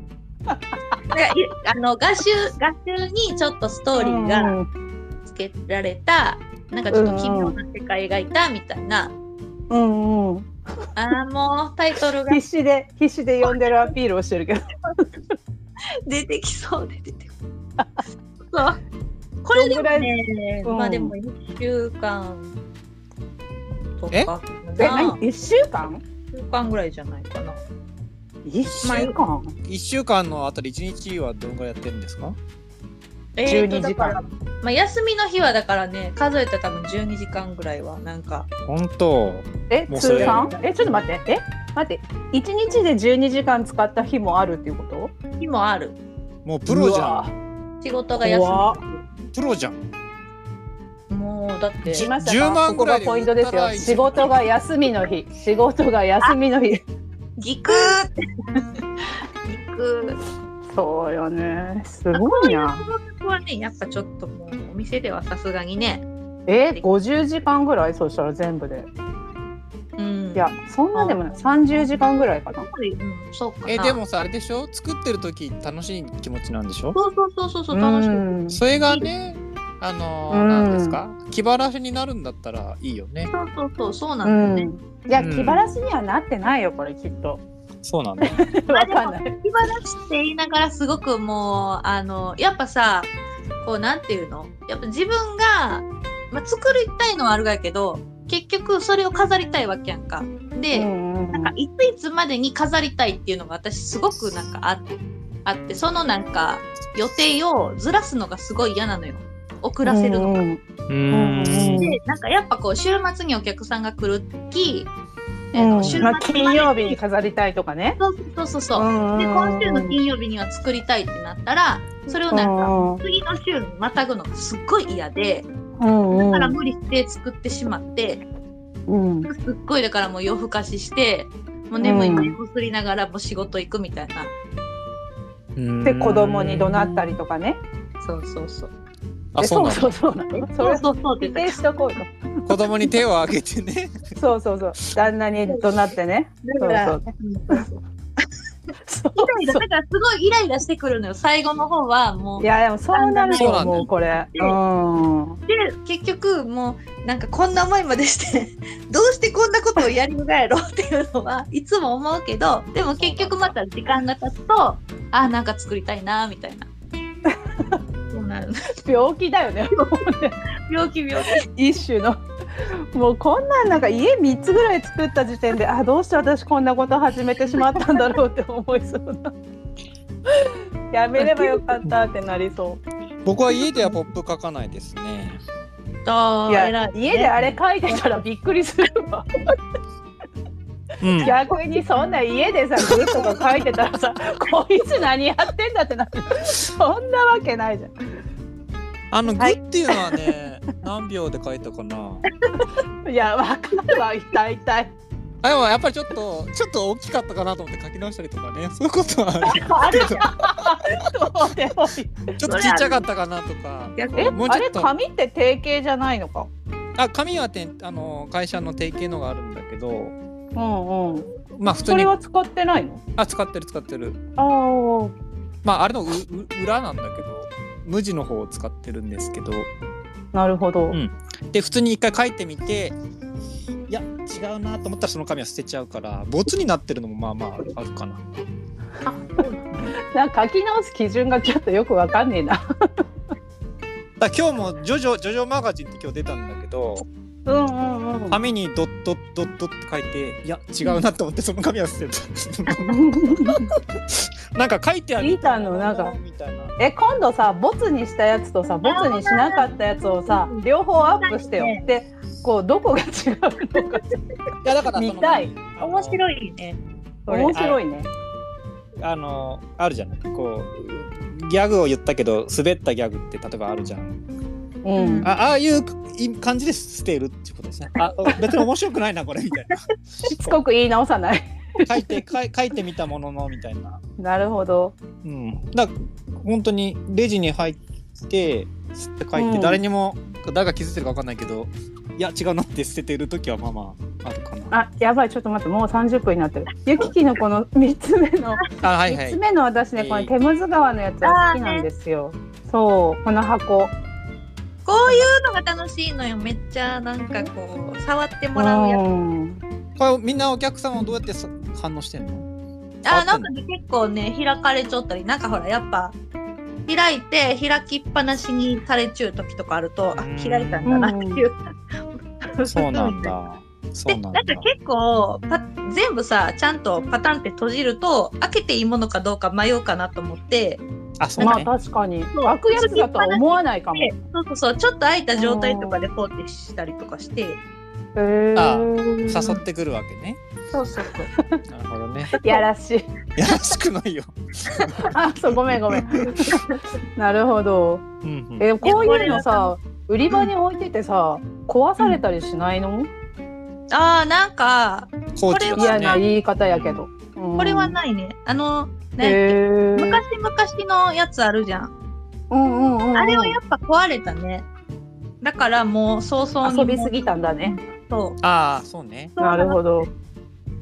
Speaker 3: なんかいあの画集画集にちょっとストーリーがつけられた、なんかちょっと奇妙な世界がいたみたいな、
Speaker 1: うんうん、うん、
Speaker 3: あーもうタイトルが
Speaker 1: 必死で必死で呼んでるアピールをしてるけど
Speaker 3: 出てきそうで出てこない。そうこれで
Speaker 1: どん
Speaker 3: もね、
Speaker 1: ぐらいうん
Speaker 3: まあでも1週間と
Speaker 2: え
Speaker 3: かか
Speaker 1: え
Speaker 3: な
Speaker 1: 何一週間
Speaker 3: 1週間ぐらいじゃないかな。
Speaker 1: 一週間
Speaker 2: 一週間のあたり一日はどのぐらいやってるんですか？
Speaker 3: えーと
Speaker 1: 12時間
Speaker 3: だからまあ、休みの日はだからね数えたら多分12時間ぐらいはなんか
Speaker 2: 本当。
Speaker 1: え
Speaker 2: もうそ
Speaker 1: 通
Speaker 2: れ
Speaker 1: 算えちょっと待ってえ待って一日で12時間使った日もあるっていうこと
Speaker 3: 日もある
Speaker 2: もうプロじゃ
Speaker 1: ん
Speaker 2: ん。
Speaker 3: 仕事が休
Speaker 1: 怖っ
Speaker 2: プロじゃん。
Speaker 3: みもうだって
Speaker 1: 来
Speaker 2: じ
Speaker 1: ました
Speaker 2: 10
Speaker 1: か
Speaker 2: 万
Speaker 1: ここ
Speaker 2: ぐら
Speaker 1: が
Speaker 2: いで
Speaker 1: ポイントです
Speaker 2: 売った
Speaker 1: よ
Speaker 2: らいい
Speaker 1: 仕事が休みの日仕事が休みの日
Speaker 3: ギクーってギク
Speaker 1: そうよねすごいな
Speaker 3: ーここはねやっぱちょっともうお店ではさすがにね
Speaker 1: え50時間ぐらいそうしたら全部で
Speaker 3: うん
Speaker 1: いやそんなでもない30時間ぐらいかな
Speaker 3: うん、そうかな
Speaker 2: えでもさあれでしょ？作ってる時楽しい気持ちなんでしょ？
Speaker 3: そうそうそうそうそう楽しく
Speaker 1: うん
Speaker 2: それがね、あのー
Speaker 1: うん
Speaker 2: なんですか？気晴らしになるんだったらいいよね。
Speaker 3: そうそうそうそうな
Speaker 1: うん
Speaker 3: だよね、
Speaker 1: んいや
Speaker 2: うん
Speaker 1: 気晴らしにはなってないよこれきっと
Speaker 2: そうなんだ。
Speaker 1: わかんない。
Speaker 3: 手放しって言いながらすごくもうあのやっぱさこうなんていうのやっぱ自分が、まあ、作りたいのはあるがやけど結局それを飾りたいわけやんか。で、
Speaker 1: うんうんうん
Speaker 3: なんかいついつまでに飾りたいっていうのが私すごくなんかああってそのなんか予定をずらすのがすごい嫌なのよ遅らせるの
Speaker 1: う
Speaker 3: が。
Speaker 1: んうん
Speaker 2: うーん。
Speaker 3: でなんかやっぱこう週末にお客さんが来るき、
Speaker 1: う
Speaker 3: えー
Speaker 1: ん
Speaker 3: と週末
Speaker 1: まあ
Speaker 3: まで
Speaker 1: 金曜日に飾りたいとかね。
Speaker 3: そうそうそうそう、で今週の金曜日には作りたいってなったらそれをなんか
Speaker 1: か。
Speaker 3: 次の週にまたぐのがすっごい嫌で
Speaker 1: うんうん
Speaker 3: だから無理して作ってしまって
Speaker 1: うん
Speaker 3: すっごいだからもう夜更かししてもう眠い目こすりながらもう仕事行くみたいな、
Speaker 1: で子供に怒鳴ったりとかね。
Speaker 3: そうそうそう
Speaker 2: あ、
Speaker 1: え
Speaker 2: そうなん
Speaker 1: そ
Speaker 2: だ
Speaker 1: うそうなの。そ
Speaker 3: そう
Speaker 1: れ
Speaker 3: そうそうって
Speaker 1: 否
Speaker 3: 言
Speaker 1: 定
Speaker 3: って
Speaker 1: しとこうよ。
Speaker 2: 子供に手を挙げて ね。
Speaker 1: そうそうそう。旦那に怒鳴ってね。
Speaker 3: ただから
Speaker 1: そうそう
Speaker 3: イライ
Speaker 1: そ
Speaker 3: ラだからすごいイライラしてくるのよ最後の方はもう
Speaker 1: う。いやでもそうなる
Speaker 2: そうなん
Speaker 1: よ
Speaker 2: だ
Speaker 1: もうこれ。うん。
Speaker 3: で結局もうなんかこんな思いまでして どうしてこんなことをやりむがやろうっていうのはいつも思うけどでも結局また時間が経つとあーなんか作りたいなーみたいなそうなる
Speaker 1: 病気だよ ね。
Speaker 3: 病気病気
Speaker 1: 一種のもうこんなんなんか家三つぐらい作った時点であどうして私こんなこと始めてしまったんだろうって思いそうなやめればよかったってなりそ
Speaker 2: 僕は家ではポップ書かないですね。
Speaker 3: あ
Speaker 1: うい
Speaker 3: ー
Speaker 1: や
Speaker 3: 偉いね
Speaker 1: 家であれ書いてたらびっくりするわ
Speaker 2: うん。
Speaker 1: 逆にそんな家でさグッとか書いてたら さこいつ何やってんだってなるそんなわけないじゃん
Speaker 2: あの、グっていうのはね、何秒で書いたかな。
Speaker 1: いやわかるわ大体
Speaker 2: あ、でもやっぱりちょっと、ちょっと大きかったかなと思って書き直したりとかね。そういうことはある。
Speaker 1: あれどうでもいい
Speaker 2: ちょっとちっちゃかったかなとか。
Speaker 3: 逆
Speaker 1: え
Speaker 3: に
Speaker 2: もうちょっと
Speaker 1: あれ紙って定型じゃないのか
Speaker 2: あ、紙はてんあの会社の提携のがあるんだけど、
Speaker 1: うんうん
Speaker 2: まあ普通
Speaker 1: そ
Speaker 2: に
Speaker 1: れは使ってないの
Speaker 2: あ使ってる使ってる。
Speaker 1: ああ
Speaker 2: まああれのうう裏なんだけど、無地の方を使ってるんですけど、
Speaker 1: なるほど。
Speaker 2: んで普通に一回書いてみて、いや違うなと思ったらその紙は捨てちゃうから、没になってるのもまあまああるかな。
Speaker 1: なんか書き直す基準がちょっとよくわかんねえな。
Speaker 2: だから今日もジョジョジョジョマガジンって今日出たんだけど、
Speaker 1: うんうんうん。
Speaker 2: 紙にドッドッドッドって書いて、いや違うなと思ってその紙は捨てた。 なんか書いてある
Speaker 1: リーターのなんか
Speaker 2: みたいな。
Speaker 1: え今度さボツにしたやつとさボツにしなかったやつをさ
Speaker 3: うん
Speaker 1: 両方アップしてよ
Speaker 3: ね。
Speaker 1: でこうどこが違うのか
Speaker 2: いやだからその
Speaker 1: 見たい。
Speaker 3: 面
Speaker 2: い。
Speaker 3: 白いねこれ
Speaker 1: 面白いね。
Speaker 2: あのあるじゃないこうギャグを言ったけど滑ったギャグって例えばあるじゃん
Speaker 1: うん
Speaker 2: あ。ああいうい感じで捨てるっていうことですねあお別に面白くないなこれみたいな
Speaker 1: しつこく言い直さない。
Speaker 2: 書いて書い書いてみたもののみたいな
Speaker 1: なるほど。
Speaker 2: うんだから本当にレジに入って吸って書いて、
Speaker 1: うん
Speaker 2: 誰にも誰が気づいてるか分かんないけどいや違うなって捨ててる時はまあまああるかな
Speaker 1: あやばいちょっと待ってもう30分になってる。ゆききのこの三つ目の
Speaker 2: あはいは
Speaker 1: 三つ
Speaker 2: い
Speaker 1: 目の私ねこのテムズ川のやつが好きなんですよ。そうこの箱。
Speaker 3: こういうのが楽しいのよめっちゃなんかこう触ってもらうやつ
Speaker 1: うん
Speaker 2: これみんなお客さんはどうやってそ反応してんの
Speaker 3: あ
Speaker 2: あ
Speaker 3: ーなんかね結構ね開かれちゃったりなんかほらやっぱ開いて開きっぱなしにされちゅう時とかあるとあ
Speaker 2: うん
Speaker 3: 開いたんだなっていう、
Speaker 2: そうなんだそ
Speaker 3: で
Speaker 2: うな
Speaker 3: なんん
Speaker 2: だ
Speaker 3: か結構パ全部さちゃんとパタンって閉じると開けていいものかどうか迷うかなと思って
Speaker 2: あそう
Speaker 1: ま
Speaker 2: な
Speaker 1: あ
Speaker 2: んだ
Speaker 1: 確かに
Speaker 3: そう
Speaker 1: 開くやつだとは思わないかも。
Speaker 3: でそうそうそうちょっと開いた状態とかで放置したりとかして
Speaker 1: へー
Speaker 2: あ誘ってくるわけね。
Speaker 3: そうそうそう
Speaker 2: なるほど ね。
Speaker 1: やらしい。
Speaker 2: やらしくないよ。
Speaker 1: あ、そう、ごめん、ごめん。 なるほど。
Speaker 2: うんうん、
Speaker 1: え、こういうのさ、売り場に置いててさ、壊されたりしないの。
Speaker 3: あーなんか
Speaker 2: コーチ
Speaker 3: これ
Speaker 1: 嫌
Speaker 2: だ
Speaker 1: な
Speaker 2: ね。
Speaker 1: 言い方やけど。
Speaker 3: これは
Speaker 1: な。
Speaker 3: ないねあのね
Speaker 1: へー
Speaker 3: 昔々のやつあるじゃん
Speaker 1: うんうんうんうん。
Speaker 3: あれはやっぱ壊れたね。だからもう早々に
Speaker 1: 遊びすぎたんだね。
Speaker 3: そう。
Speaker 2: ああ、そうね。
Speaker 1: なる
Speaker 3: ど。
Speaker 1: ほど。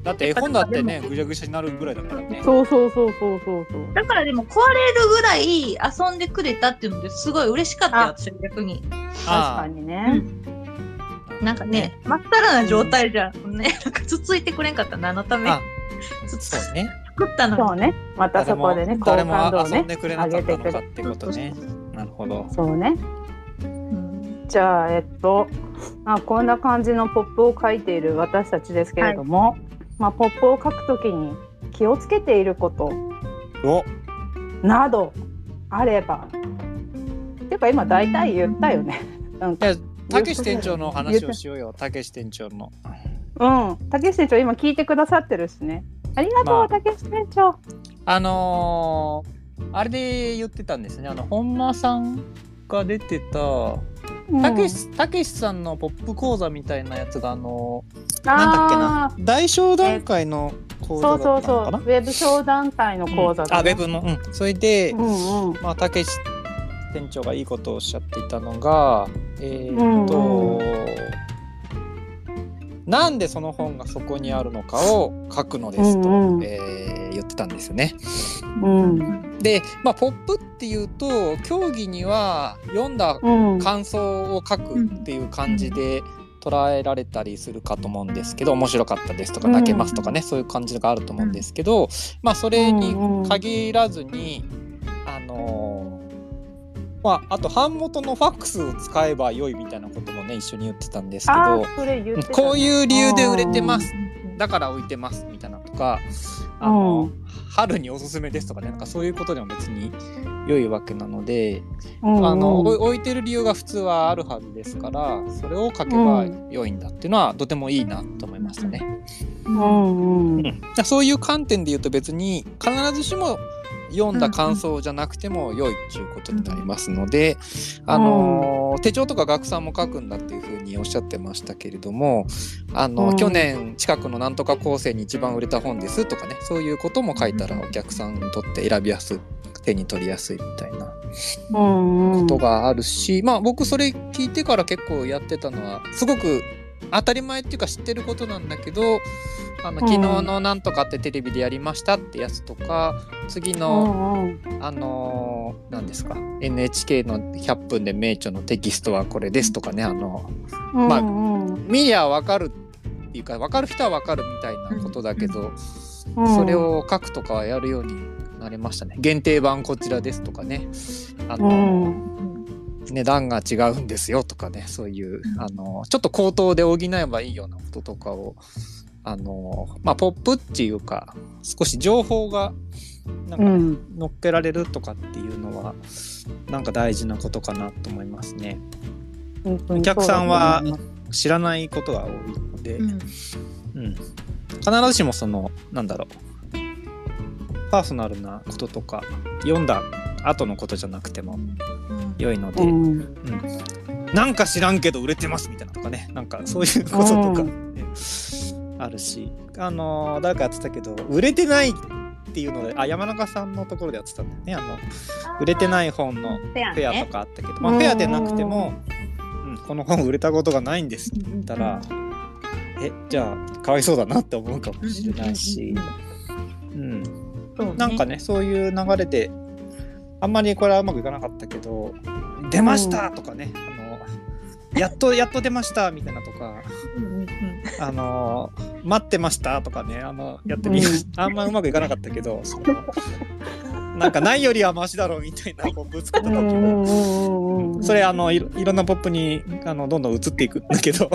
Speaker 2: だって絵本だってね、ぐちゃぐちゃになるぐらいだからね。
Speaker 1: そうそうそうそうそうそう。
Speaker 3: だからでも壊れるぐらい遊んでくれたっていうのですごい嬉しかったよ
Speaker 1: あ
Speaker 3: 私逆に。
Speaker 1: 確
Speaker 2: あ
Speaker 1: か
Speaker 2: あ
Speaker 1: にね。
Speaker 3: なんかね、まっさらな状態じゃん。ね、なんかつついてくれんかったなあのため。
Speaker 2: あそうね。
Speaker 3: 作った
Speaker 1: そ
Speaker 3: の
Speaker 1: うね。またそこでね、好
Speaker 2: 誰も
Speaker 1: 感度を
Speaker 2: 遊
Speaker 1: ね
Speaker 2: ん。でくれなかったのかってことね
Speaker 3: 上げて。
Speaker 2: なるほど。
Speaker 1: そうね。
Speaker 3: に。
Speaker 1: じゃあ、えっと、まあ、こんな感じのポップを書いている私たちですけれども、まあ、ポップを書くときに気をつけていること
Speaker 2: お、
Speaker 1: などあれば。っていうか今大体言ったよね。うん
Speaker 2: いやたけし店長の話をしようよ。たけし店長の。
Speaker 1: うん、たけし店長今聞いてくださってるしね。ありが
Speaker 2: ま
Speaker 1: と
Speaker 2: あ
Speaker 1: う、たけし店長。
Speaker 2: あのー、あれで言ってたんですね。あの本間さんが出てた
Speaker 1: うん
Speaker 2: たけしたけしさんのポップ講座みたいなやつがあの
Speaker 1: あー
Speaker 2: 大商談会の講
Speaker 1: そ
Speaker 2: 座
Speaker 1: うそう
Speaker 2: だったの
Speaker 1: そ
Speaker 2: か
Speaker 1: う、
Speaker 2: な。
Speaker 1: ウェブ商談会の講座
Speaker 2: うんあ
Speaker 1: だ
Speaker 2: ウ
Speaker 1: ね、
Speaker 2: ェブのうん。それで、
Speaker 1: うんうん。
Speaker 2: まあたけし店長がいいことをおっしゃっていたのがえ
Speaker 1: うんう
Speaker 2: ー、
Speaker 1: ん
Speaker 2: っと、なんでその本がそこにあるのかを書くのですと、
Speaker 1: うんうん
Speaker 2: えー言ってたんですよね。
Speaker 1: うん
Speaker 2: で、まあ、ポップっていうと競技には読んだ
Speaker 1: うん。
Speaker 2: 感想を書くっていう感じで捉えられたりするかと思うんですけど面白かったですとか
Speaker 1: うん
Speaker 2: 泣けますとかね、そういう感じがあると思うんですけど、まあそれに限らずに、あのーまああと版元のファックスを使えば良いみたいなこともね一緒に言ってたんですけ
Speaker 1: あ
Speaker 2: ど
Speaker 1: ー、それ言ってたね
Speaker 2: こういう理由で売れてますだから置いてますみたいなとか、あの
Speaker 1: う
Speaker 2: 春におすすめですとかねなんかそういうことでも別に良いわけなので。
Speaker 1: うんうん
Speaker 2: あのお置いてる理由が普通はあるはずですからそれを書けば良いんだっていうのはとてもいいなと思いましたね。
Speaker 1: う
Speaker 3: う
Speaker 1: ん
Speaker 3: ん
Speaker 1: うん。
Speaker 2: だからそういう観点で言うと別に必ずしも読んだ感想じゃなくても良いっていうことになりますので、あの手帳とか学さんも書くんだっていうふうにおっしゃってましたけれどもあ
Speaker 1: う
Speaker 2: の、
Speaker 1: ん
Speaker 2: 去年近くのなんとか構成に一番売れた本ですとかねそういうことも書いたらお客さんにとって選びやすい手に取りやすいみたいな
Speaker 1: うんうん
Speaker 2: ことがあるし、まあ僕それ聞いてから結構やってたのはすごく当たり前っていうか知ってることなんだけどあの
Speaker 1: うん
Speaker 2: 昨日の「なんとか」ってテレビでやりましたってやつとか次
Speaker 1: う
Speaker 2: の、
Speaker 1: んうん
Speaker 2: あのー何ですか NHK の「100分で名著」のテキストはこれですとかねあのまあ
Speaker 1: うんうん
Speaker 2: 見りゃ分かるっていうか分かる人は分かるみたいなことだけど、
Speaker 1: うん
Speaker 2: それを書くとかはやるようになりましたね。限定版こちらですとかねあ
Speaker 1: う
Speaker 2: のー
Speaker 1: ん
Speaker 2: 値段が違うんですよとかねそういうあのちょっと口頭で補えばいいようなこととかをあのまあポップっていうか少し情報がなん
Speaker 1: う
Speaker 2: かね
Speaker 1: ん
Speaker 2: 乗っけられるとかっていうのはなんか大事なことかなと思いますね。
Speaker 1: 本当に
Speaker 2: お客さんは
Speaker 1: そうだと思い
Speaker 2: 知らないことが多いので、
Speaker 3: うん
Speaker 2: うん、必ずしもそのなんだろうパーソナルなこととか読んだ後のことじゃなくても良いの
Speaker 1: ます
Speaker 2: で。
Speaker 1: うん
Speaker 2: なんか知らんけど売れてますみたいなとかねなんかそういうこととか、
Speaker 1: う
Speaker 2: ねあるしあのー誰かやってたけど売れてないっていうのであ山中さんのところでやってたんだよねあの売れてない本のフ
Speaker 3: ペア
Speaker 2: ェア
Speaker 3: ね
Speaker 2: とかあったけど、まあ、
Speaker 1: うん
Speaker 2: フェアでなくても、うん、この本売れたことがないんですって言ったら、えじゃあかわいそうだなって思うかもしれないし、うん、
Speaker 3: そう
Speaker 2: なんかねそういう流れであんまりこれはうまくいかなかったけど「出ました!」とかね、あの「やっとやっと出ました!」みたいなとか
Speaker 3: うんうんうん
Speaker 2: 「あの待ってました!」とかねあのやってみ、
Speaker 1: うん
Speaker 2: あんまうまくいかなかったけどそのなんかないよりはマシだろうみたいなこうぶつけた時
Speaker 1: うんう
Speaker 2: も。
Speaker 1: んうんうん
Speaker 2: それあのいろいろんなポップにあのどんどん移っていくんだけど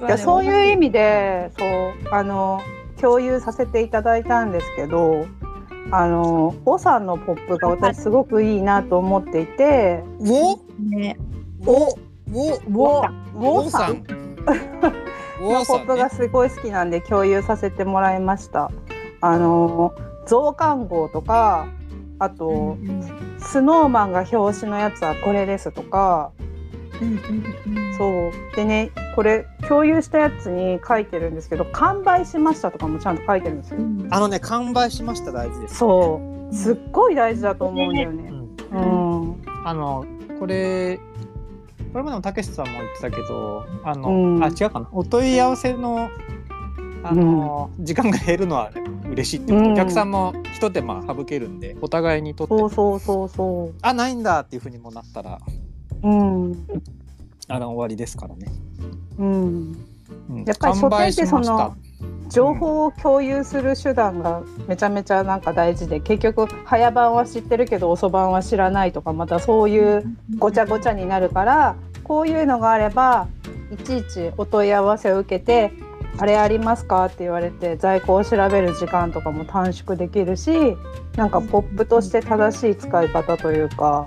Speaker 1: いやそういう意味でそうあの共有させていただいたんですけどあのオさんのポップが私すごくいいなと思っていて
Speaker 2: お
Speaker 3: ね
Speaker 2: お
Speaker 1: ウ
Speaker 2: おお
Speaker 1: ォさん
Speaker 2: ん
Speaker 1: の
Speaker 2: お
Speaker 1: ポ
Speaker 2: さ
Speaker 1: ップ
Speaker 2: ん
Speaker 1: が
Speaker 2: ね
Speaker 1: すごい好きなんで共有させてもらいました。あの増刊号とかあと、スノーマンが表紙のやつはこれですとかそうでねこれ共有したやつに書いてるんですけど完売しましたとかもちゃんと書いてるんですよ。
Speaker 2: あのね完売しました大事です
Speaker 1: そうすっごい大事だと思うんだよね。うん、
Speaker 2: あのこれこれまでもたけしさんも言ってたけどあの、
Speaker 1: うん
Speaker 2: あ違うかなお問い合わせのあの、時間が減るのは嬉しいってこと、
Speaker 1: うん
Speaker 2: お客さんもひと手間省けるんでお互いにとって
Speaker 1: そうそうそうそ
Speaker 2: あないんだっていうふうにもなったら
Speaker 1: う。うん、
Speaker 2: あの終わりですからね。
Speaker 1: うん、
Speaker 2: うん
Speaker 1: やっぱり書店ってその
Speaker 2: 完売しま
Speaker 1: 情報を共有する手段がめちゃめちゃなんか大事で結局早番は知ってるけど遅番は知らないとかまたそういうごちゃごちゃになるからこういうのがあればいちいちお問い合わせを受けて「あれありますか?」って言われて在庫を調べる時間とかも短縮できるしなんかポップとして正しい使い方というか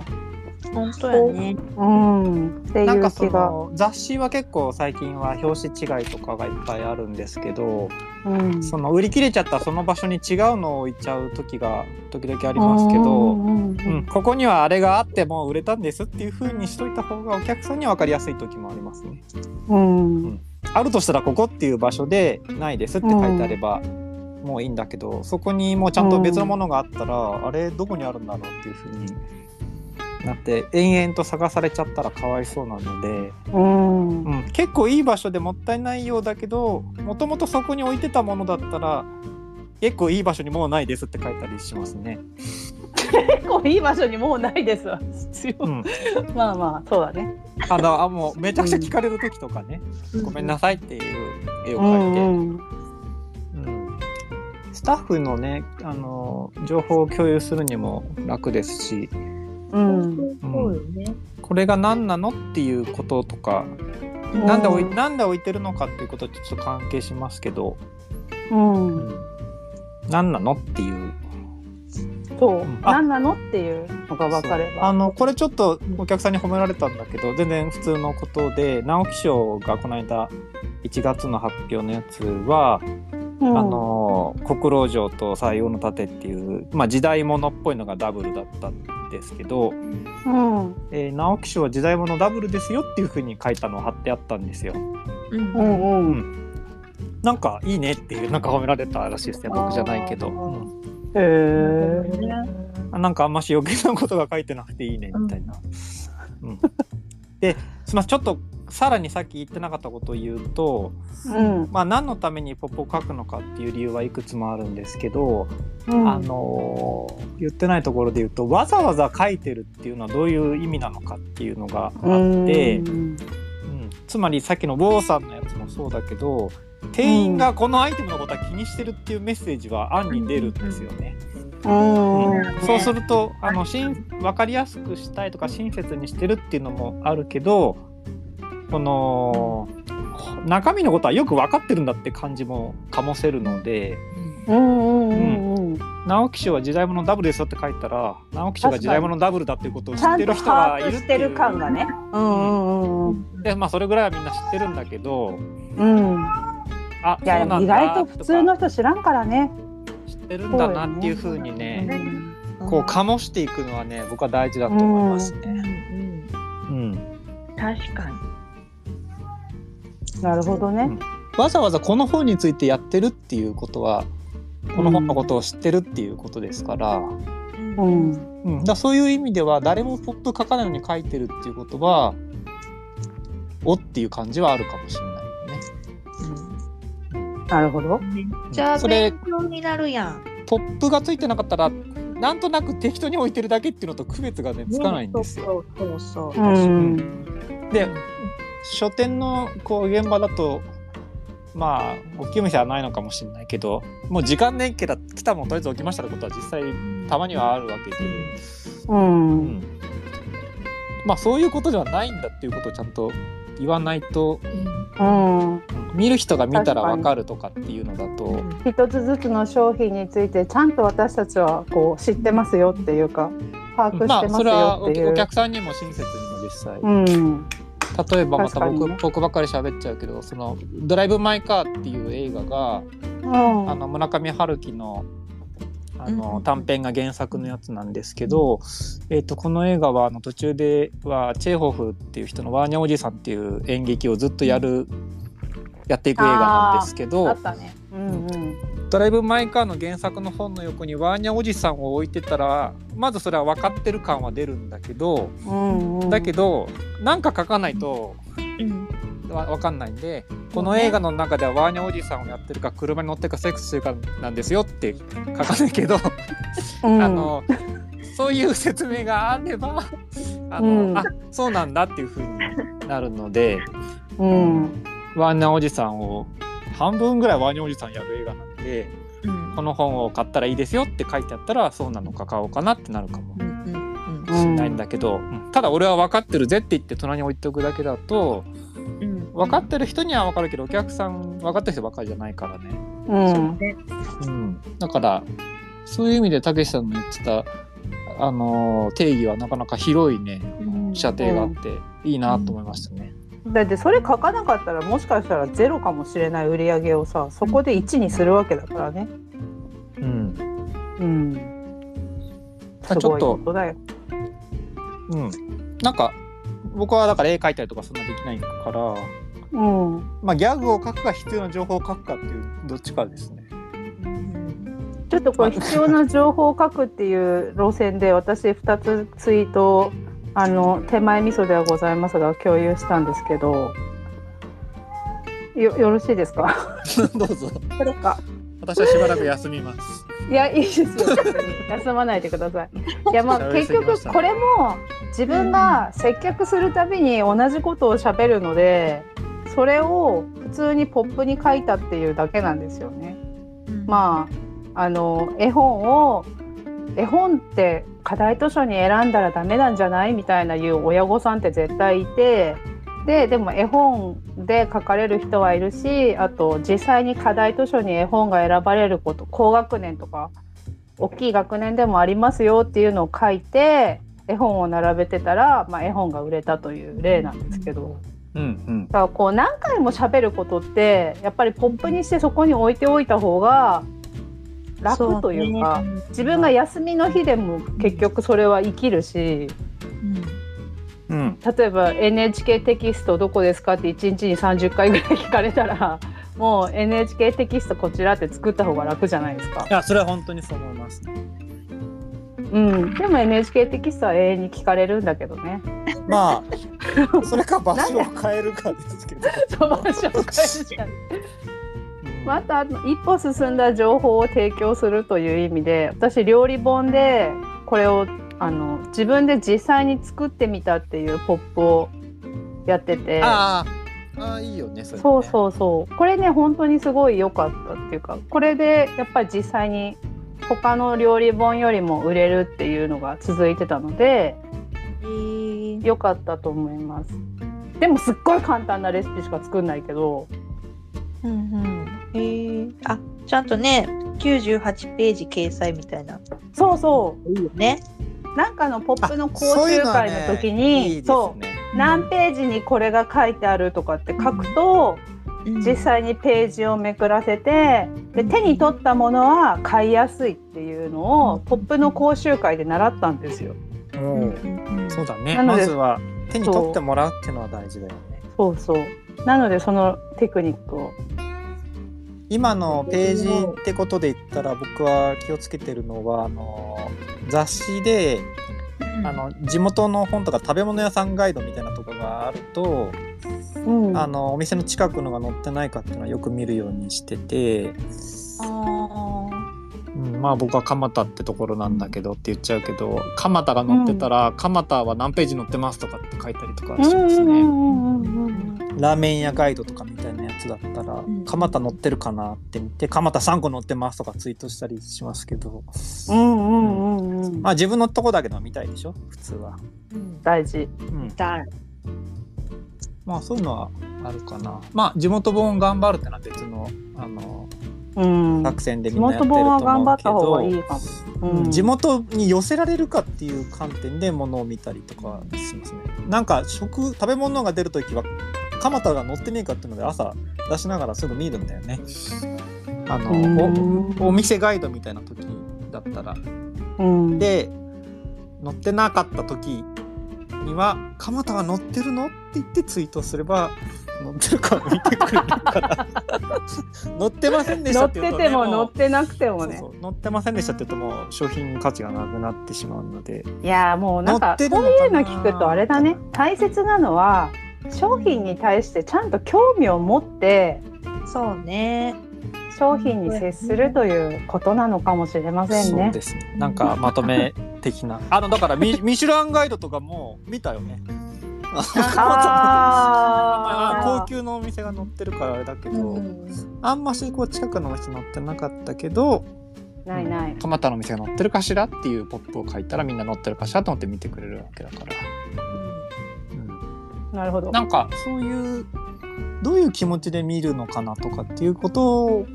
Speaker 3: 本当やね。
Speaker 1: うんってい
Speaker 2: なんか
Speaker 1: う
Speaker 2: そ
Speaker 1: 気が。
Speaker 2: の雑誌は結構最近は表紙違いとかがいっぱいあるんですけど、
Speaker 1: うん
Speaker 2: その売り切れちゃったその場所に違うのを置いちゃう時が時々ありますけど、
Speaker 1: うんうんう
Speaker 2: うんん、ここにはあれがあってもう売れたんですっていう風にしといた方がお客さんには分かりやすい時もありますね。
Speaker 1: うん
Speaker 2: あるとしたらここっていう場所でないですって書いてあれば、もういいんだけどそこにもうちゃんと別のものがあったら、あれどこにあるんだろうっていう風になって延々と探されちゃったらかわいそうなので、
Speaker 1: うん
Speaker 2: うん、結構いい場所でもったいないようだけどもともとそこに置いてたものだったら結構いい場所にもうないですって書いたりしますね。
Speaker 1: 結構いい場所にもうないですわ必要
Speaker 2: うん、
Speaker 1: まあまあそうだね。
Speaker 2: あのあもうめちゃくちゃ聞かれる時とかね、ごめんなさいっていう絵を描いて。
Speaker 1: うん
Speaker 2: うんスタッフのねあの情報を共有するにも楽ですし
Speaker 1: うん
Speaker 3: そうよね。
Speaker 2: これが何なのっていうこととか、
Speaker 1: うん
Speaker 2: なんで置いなんで置いてるのかっていうこととちょっと関係しますけど、
Speaker 1: うんうん、
Speaker 2: 何なのっていう
Speaker 1: そう
Speaker 2: うんあ
Speaker 1: 何なのっていうのが分かれば
Speaker 2: あのこれちょっとお客さんに褒められたんだけど全然普通のことで直木賞がこの間1月の発表のやつは
Speaker 1: う
Speaker 2: あ
Speaker 1: ん
Speaker 2: の国老城と採用の盾っていう、まあ、時代物っぽいのがダブルだったんですけど、
Speaker 1: うん
Speaker 2: えー直木賞は時代物ダブルですよっていう風に書いたのを貼ってあったんですよ。
Speaker 3: うん
Speaker 1: う
Speaker 3: うん
Speaker 1: んうん
Speaker 2: なんかいいねっていうなんか褒められたらしいですね僕じゃないけど、
Speaker 1: あー
Speaker 2: うん
Speaker 1: へえ
Speaker 2: あなんかあんまし余計なことが書いてなくていいねみたいな。うんですみませんちょっとさらにさっき言ってなかったことを言うと、
Speaker 1: うん
Speaker 2: まあ、何のためにポップを書くのかっていう理由はいくつもあるんですけど、
Speaker 1: うん
Speaker 2: あのー言ってないところで言うとわざわざ書いてるっていうのはどういう意味なのかっていうのがあって。
Speaker 1: うん
Speaker 2: うん、つまりさっきのウォーさんのやつもそうだけど店員がこのアイテムのことは気にしてるっていうメッセージは案に出るんですよね。
Speaker 1: うん
Speaker 2: うんそうするとあの親分かりやすくしたいとか親切にしてるっていうのもあるけどこの中身のことはよく分かってるんだって感じも醸せるので
Speaker 1: うんうんうん
Speaker 2: 直木賞は時代物ダブルですよって書いたら直木賞が時代物ダブルだっていうことを知ってる人がいるっていう。
Speaker 1: ねうんうん
Speaker 2: でまあそれぐらいはみんな知ってるんだけど
Speaker 1: うんうん
Speaker 2: あ
Speaker 1: いや
Speaker 2: そ
Speaker 1: で
Speaker 2: うな
Speaker 1: も
Speaker 2: ん
Speaker 1: 意
Speaker 2: だ
Speaker 1: 外と普通の人知らんからね
Speaker 2: 知ってるんだなっていう風にね
Speaker 1: そうよ
Speaker 2: こう醸していくのはね僕は大事だと思います
Speaker 3: う
Speaker 2: ね。
Speaker 3: ん
Speaker 2: うん
Speaker 3: 確かに。
Speaker 1: なるほどね
Speaker 2: わざわざこの本についてやってるっていうことはこの本のことを知ってるっていうことですから,、うん
Speaker 1: う
Speaker 3: うん
Speaker 1: ん
Speaker 2: だからそういう意味では誰もポップ書かないのに書いてるっていうことは「お」っていう感じはあるかもしれないよね。
Speaker 1: なるほど
Speaker 3: めっちゃ
Speaker 2: それ
Speaker 3: 勉強になるやん。
Speaker 2: ポップがついてなかったらなんとなく適当に置いてるだけっていうのと区別がねつかないんですよ。
Speaker 3: よ。そうそうそうう。
Speaker 1: ん
Speaker 2: で書店のこう現場だとまあ大きいお店はないのかもしれないけどもう時間ねけら来たもんとりあえず置きましたってことは実際たまにはあるわけで、
Speaker 1: う
Speaker 2: うんん、まあそういうことではないんだっていうことをちゃんと言わないと
Speaker 1: うん
Speaker 2: 見る人が見たらわかるとかっていうのだと
Speaker 1: 一つずつの商品についてちゃんと私たちはこう知ってますよっていうか把握し
Speaker 2: ま
Speaker 1: て
Speaker 2: あ
Speaker 1: ま
Speaker 2: そ
Speaker 1: す
Speaker 2: れは
Speaker 1: よ
Speaker 2: お
Speaker 1: っていう。
Speaker 2: お客さんにも親切にも実際
Speaker 1: うん
Speaker 2: 例えばまた
Speaker 1: 確かに
Speaker 2: 僕,、
Speaker 1: ね
Speaker 2: 僕ばっかり喋っちゃうけどその「ドライブ・マイ・カー」っていう映画が。
Speaker 1: うん
Speaker 2: あの村上春樹のあ
Speaker 3: うんう
Speaker 2: の
Speaker 3: ん
Speaker 2: 短編が原作のやつなんですけど、えー、とこの映画はあの途中ではチェーホフっていう人の「ワーニャおじさん」っていう演劇をずっとやる、やっていく映画なんですけ
Speaker 1: あ
Speaker 2: ど
Speaker 1: ったね。うんうん。
Speaker 2: 「ドライブ・マイ・カー」の原作の本の横にワーニャおじさんを置いてたらまずそれは分かってる感は出るんだけど、
Speaker 1: うんうん、
Speaker 2: だけ
Speaker 1: ど、
Speaker 2: どなんか書かないと
Speaker 3: うん
Speaker 2: わわかんないんでこの映画の中ではワーニャおじさんをやってるか車に乗ってるかセックスしてるかなんですよって書かないけど、あのそういう説明があればあの、
Speaker 1: うん
Speaker 2: あそうなんだっていうふうになるので、
Speaker 1: うん、
Speaker 2: ワンナおじさんを半分ぐらいワニおじさんやる映画なんで
Speaker 3: うん
Speaker 2: この本を買ったらいいですよって書いてあったらそうなのか買おうかなってなるかも
Speaker 3: うんうん
Speaker 2: しれないんだけど、うんただ俺は分かってるぜって言って隣に置いておくだけだと
Speaker 3: うん
Speaker 2: 分かってる人には分かるけどお客さん分かってる人ばっかりじゃないからね、
Speaker 1: うん
Speaker 2: うん、だからそういう意味でたけしさんの言ってたあのー定義はなかなか広いね
Speaker 3: うん
Speaker 2: 射程があっていいなと思いましたね。
Speaker 1: だってそれ書かなかったらもしかしたらゼロかもしれない売り上げをさそこで1にするわけだからね。
Speaker 2: うん
Speaker 1: うん、
Speaker 2: あ
Speaker 1: す
Speaker 2: ちょ
Speaker 1: ご
Speaker 2: っ
Speaker 1: い
Speaker 2: と
Speaker 1: ことだよ。
Speaker 2: うん、なんか僕はだから絵描いたりとかそんなできないから、
Speaker 1: うん、
Speaker 2: まあ、ギャグを描くか必要な情報を書くかっていうどっちかですね。
Speaker 1: ちょっとこれ必要な情報を書くっていう路線で私2つツイートをあの手前味噌ではございますが共有したんですけどよよろしいですか
Speaker 2: どうぞ
Speaker 1: これか
Speaker 2: 私はしばらく休みます。
Speaker 1: いやいいですよ別に 休まないでください。い やまあ
Speaker 2: ちょっと喋り
Speaker 1: 結
Speaker 2: すぎま
Speaker 1: 局
Speaker 2: したね
Speaker 1: これも自分が接客するたびに同じことを喋るのでそれを普通にポップに書いたっていうだけなんですよね。まあ、あの絵本を絵本って課題図書に選んだらダメなんじゃないみたいな言う親御さんって絶対いてででも絵本で書かれる人はいるしあと実際に課題図書に絵本が選ばれること高学年とか大きい学年でもありますよっていうのを書いて絵本を並べてたら、まあ、絵本が売れたという例なんですけど。
Speaker 2: うん
Speaker 1: だからこう何回も喋ることってやっぱりポップにしてそこに置いておいた方が楽というか
Speaker 3: そね
Speaker 1: 自分が休みの日でも結局それは生きるし
Speaker 3: うん
Speaker 2: うんうん
Speaker 1: 例えば NHK テキストどこですかって1日に30回ぐらい聞かれたらもう NHK テキストこちらって作った方が楽じゃないですか
Speaker 2: い。やそれは本当にそう思います、ね、
Speaker 1: うん、でも NHK テキストは永遠に聞かれるんだけどね。
Speaker 2: まあそれか場所を変えるかですけど。
Speaker 1: そう場所を変えちゃうまた一歩進んだ情報を提供するという意味で私料理本でこれをあの自分で実際に作ってみたっていうポップをやってて
Speaker 2: あーあーいいよねそれね
Speaker 1: そうそうそうこれね本当にすごい良かったっていうかこれでやっぱり実際に他の料理本よりも売れるっていうのが続いてたので
Speaker 3: えー
Speaker 1: 良かったと思いますでもすっごい簡単なレシピしか作んないけど
Speaker 3: うんうんえーあちゃんとね98ページ掲載みたいな
Speaker 1: そうそ
Speaker 3: いいよね
Speaker 1: うなんかのポップの
Speaker 2: あ
Speaker 1: 講
Speaker 2: そうい
Speaker 1: 習
Speaker 2: うのはね
Speaker 1: 会の時
Speaker 2: いい
Speaker 1: に
Speaker 2: です
Speaker 1: そう
Speaker 2: ね
Speaker 1: 何ページにこれが書いてあるとかって書くと、実際にページをめくらせてで手に取ったものは買いやすいっていうのをポップの講習会で習ったんですよ。
Speaker 2: うんそうだね
Speaker 1: なの
Speaker 2: ま
Speaker 1: で
Speaker 2: ずは手に取ってもらうっていうのは大事だよね。
Speaker 1: そうそうなのでそのテクニックを
Speaker 2: 今のページってことで言ったら僕は気をつけてるのはあの雑誌であの地元の本とか食べ物屋さんガイドみたいなとこがあると、
Speaker 1: うん
Speaker 2: あのお店の近くのが載ってないかっていうのはよく見るようにしてて、うんまあ僕は蒲田ってところなんだけどって言っちゃうけど蒲田が載ってたら、蒲田は何ページ載ってますとかって書いたりとか
Speaker 1: う
Speaker 2: し
Speaker 1: ん
Speaker 2: ます
Speaker 1: うんう
Speaker 2: ね。
Speaker 1: んうんうん
Speaker 2: ラーメン屋ガイドとかみたいなやつだったら、
Speaker 3: ん
Speaker 2: 蒲田載ってるかなって見て蒲田3個載ってますとかツイートしたりしますけど、
Speaker 1: うんうんうんうん
Speaker 2: まあ自分のとこだけど見たいでしょ普通は、
Speaker 1: 大事
Speaker 2: うん、
Speaker 3: だ
Speaker 2: まあそういうのはあるかなまあ地元本頑張るってのは別のあの
Speaker 1: うん
Speaker 2: 作戦で
Speaker 1: 地
Speaker 2: みんなやって
Speaker 1: 元
Speaker 2: ると
Speaker 1: 本
Speaker 2: 思
Speaker 1: は
Speaker 2: うけど、
Speaker 1: 頑張った方がいいかも、うん、
Speaker 2: 地元に寄せられるかっていう観点でものを見たりとかしますねなんか食食べ物が出るときは蒲田が乗ってねえかっていうので朝出しながらすぐ見るんだよねあのおお店ガイドみたいな時だったら
Speaker 1: うん
Speaker 2: で乗ってなかった時には「蒲田は乗ってるの?」って言ってツイートすれば乗ってるかを見てくれるから 乗ってませんでし
Speaker 1: 乗
Speaker 2: た
Speaker 1: っ
Speaker 2: って言
Speaker 1: て
Speaker 2: うと、
Speaker 1: て
Speaker 2: ね、
Speaker 1: も
Speaker 2: う
Speaker 1: 乗ってなくてもね
Speaker 2: そうそう乗ってませんでしたって言うともう商品価値がなくなってしまうので
Speaker 1: いやーもうなん
Speaker 2: 乗
Speaker 1: か
Speaker 2: って
Speaker 1: そ
Speaker 2: るのか
Speaker 1: う
Speaker 2: な
Speaker 1: いうの聞くとあれだね大切なのは商品に対してちゃんと興味を持って
Speaker 3: そうね
Speaker 1: 商品に接するということなのかもしれません
Speaker 2: そう
Speaker 1: ね。
Speaker 2: ですね なんかまとめ的なあのだからミ「ミシュランガイド」とかも見たよねまあ
Speaker 1: あ
Speaker 2: 高級のお店が載ってるからあれだけど、
Speaker 3: うん
Speaker 2: あんましこう近くのお店載ってなかったけど
Speaker 1: ーないない
Speaker 2: トマタのお店が載ってるかしらっていうポップを書いたらみんな載ってるかしらと思って見てくれるわけだから、う
Speaker 1: なるほど
Speaker 2: ん、なんかそういうどういう気持ちで見るのかなとかっていうことを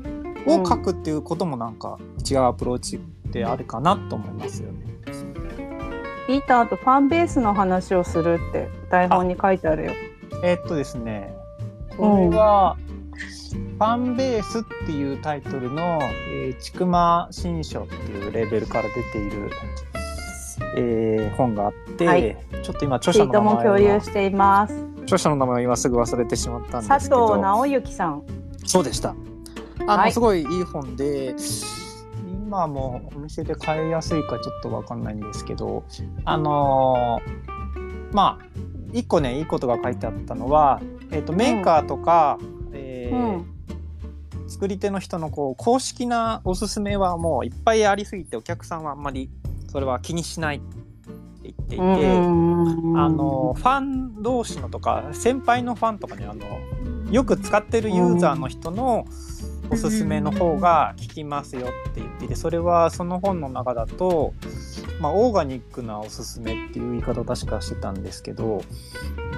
Speaker 2: 書くっていうこともなんか違うアプローチであるかなと思いますよね。
Speaker 1: ピーターとファンベースの話をするって台本に書いてあるよ
Speaker 2: えっとですね、これが、ファンベースっていうタイトルの、えー、ちくま新書っていうレーベルから出ている、えー本があって、
Speaker 1: はい
Speaker 2: ちょっと今著
Speaker 1: ツイ
Speaker 2: 者
Speaker 1: ート
Speaker 2: の名
Speaker 1: も
Speaker 2: 前を
Speaker 1: 共有しています
Speaker 2: 著者の名前を今すぐ忘れてしまったんですけど
Speaker 1: 佐藤直之さん
Speaker 2: そうでした。あの、
Speaker 1: はい
Speaker 2: すごいいい本で、今もお店で買いやすいかちょっとわかんないんですけど、あのーまあ、一個ね、いいことが書いてあったのは、えっ、と、メーカーとか、え
Speaker 1: う
Speaker 2: ー
Speaker 1: ん
Speaker 2: 作り手の人のこう公式なおすすめはもういっぱいありすぎてお客さんはあんまりそれは気にしないって言っていて、あのファン同士のとか先輩のファンとかねあのよく使ってるユーザーの人のおすすめの方が効きますよって言っていてそれはその本の中だと、まあ、オーガニックなおすすめっていう言い方を確かしてたんですけど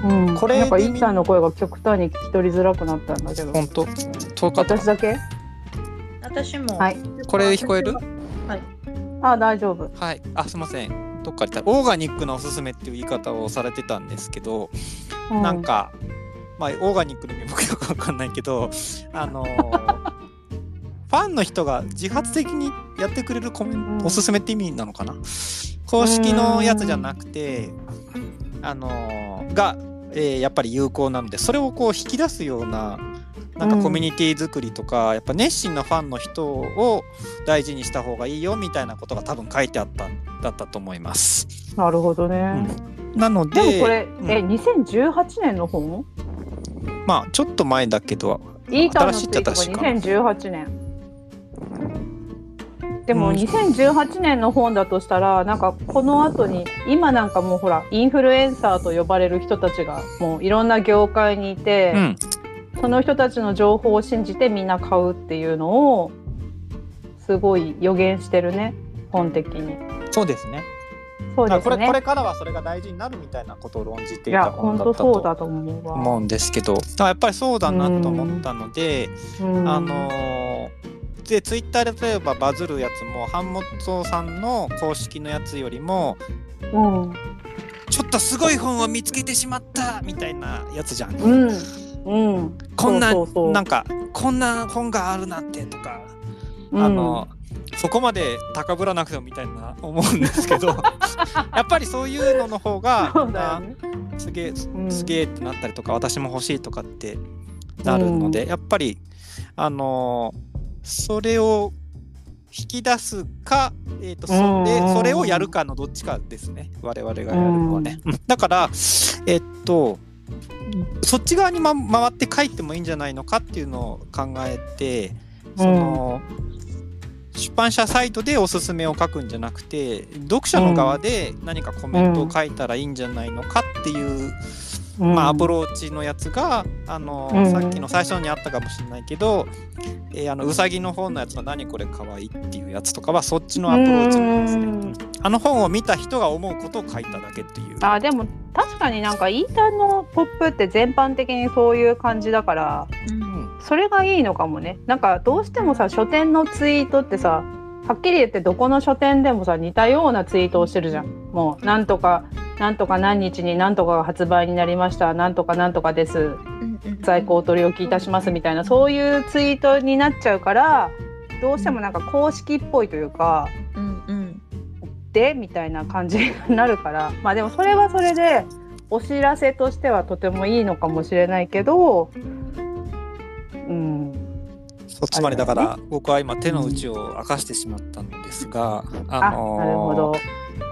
Speaker 1: うん
Speaker 2: これ
Speaker 1: やっぱ
Speaker 2: で
Speaker 1: イ
Speaker 2: み
Speaker 1: ーちゃんの声が極端に聞き取りづらくなったんだけど
Speaker 2: 本当遠かった
Speaker 1: 私だけ
Speaker 3: 私も、
Speaker 1: はい
Speaker 2: これ聞こえる
Speaker 1: あ大丈夫
Speaker 2: はい、あすいませんどっかでオーガニックなおすすめっていう言い方をされてたんですけど、
Speaker 1: う
Speaker 2: なんか、まあ、オーガニックの意味僕よくわかんないけどあのーファンの人が自発的にやってくれるコメン
Speaker 1: うん
Speaker 2: トおすすめって意味なのかな公式のやつじゃなくてあのーが、えーやっぱり有効なのでそれをこう引き出すようななんかコミュニティ作りとか、やっぱ熱心なファンの人を大事にした方がいいよみたいなことが多分書いてあったんだったと思います。
Speaker 1: なるほどね、
Speaker 2: なの
Speaker 1: で
Speaker 2: で
Speaker 1: もこれ、
Speaker 2: うん
Speaker 1: え2018年の本
Speaker 2: まあちょっと前だけど
Speaker 1: イーターの
Speaker 2: 新し
Speaker 1: ツ
Speaker 2: い
Speaker 1: イ
Speaker 2: っ
Speaker 1: ート
Speaker 2: て
Speaker 1: が
Speaker 2: 確か
Speaker 1: 2018年で
Speaker 2: う
Speaker 1: も
Speaker 2: ん
Speaker 1: 2018年の本だとしたらなんかこの後に今なんかもうほらインフルエンサーと呼ばれる人たちがもういろんな業界にいて、
Speaker 2: うん、
Speaker 1: その人たちの情報を信じてみんな買うっていうのをすごい予言してるね本的に
Speaker 2: そうですね
Speaker 1: そう
Speaker 2: だから
Speaker 1: で
Speaker 2: こ
Speaker 1: す
Speaker 2: れこれ
Speaker 1: ね
Speaker 2: からはそれが大事になるみたいなことを論
Speaker 1: い
Speaker 2: じていた
Speaker 1: や
Speaker 2: 本
Speaker 1: 本
Speaker 2: だった
Speaker 1: 当そう
Speaker 2: と
Speaker 1: だと思うわ
Speaker 2: 思うんですけどだからやっぱりそうだなと思ったので、
Speaker 1: うん
Speaker 2: あのーでツイッターで例えばバズるやつも版元さんの公式のやつよりも
Speaker 1: うん
Speaker 2: ちょっとすごい本を見つけてしまったみたいなやつじゃん。
Speaker 1: うんうん
Speaker 2: こんな
Speaker 1: そうそうそう
Speaker 2: なんかこんな本があるなんてとか、あのそこまで高ぶらなくてもみたいな思うんで すけどやっぱりそういうのの方が
Speaker 1: そうだよね
Speaker 2: みんなすげえ
Speaker 1: うん
Speaker 2: すげえってなったりとか私も欲しいとかってなるので、やっぱりあのーそれを引き出すか、えーとそ
Speaker 1: うんうんうん
Speaker 2: でそれをやるかのどっちかですね我々がやるのはね。だからえっとそっち側に、ま、回って書いてもいいんじゃないのかっていうのを考えてその、出版社サイトでおすすめを書くんじゃなくて読者の側で何かコメントを書いたらいいんじゃないのかっていうまあ、アプローチのやつが、あの
Speaker 1: うん
Speaker 2: さっきの最初にあったかもしれないけど、えーあのうさぎの本のやつの「何これかわいい」っていうやつとかはそっちのアプローチなんですね。
Speaker 1: うん
Speaker 2: あの本を見た人が思うことを書いただけっていう。
Speaker 1: あでも確かになんかイーターのポップって全般的にそういう感じだから
Speaker 2: うん
Speaker 1: それがいいのかもねなんかどうしてもさ書店のツイートってさはっきり言ってどこの書店でもさ似たようなツイートをしてるじゃんもうなんとかなんとか何日になんとかが発売になりましたなんとかなんとかです在庫お取り置きいたしますみたいなそういうツイートになっちゃうからどうしてもなんか公式っぽいというか
Speaker 3: うんうん
Speaker 1: でみたいな感じになるからまあでもそれはそれでお知らせとしてはとてもいいのかもしれないけどうん
Speaker 2: そうつまりだから僕は今手の内を明かしてしまったんですが、あ
Speaker 1: あ
Speaker 2: のー
Speaker 1: なるほど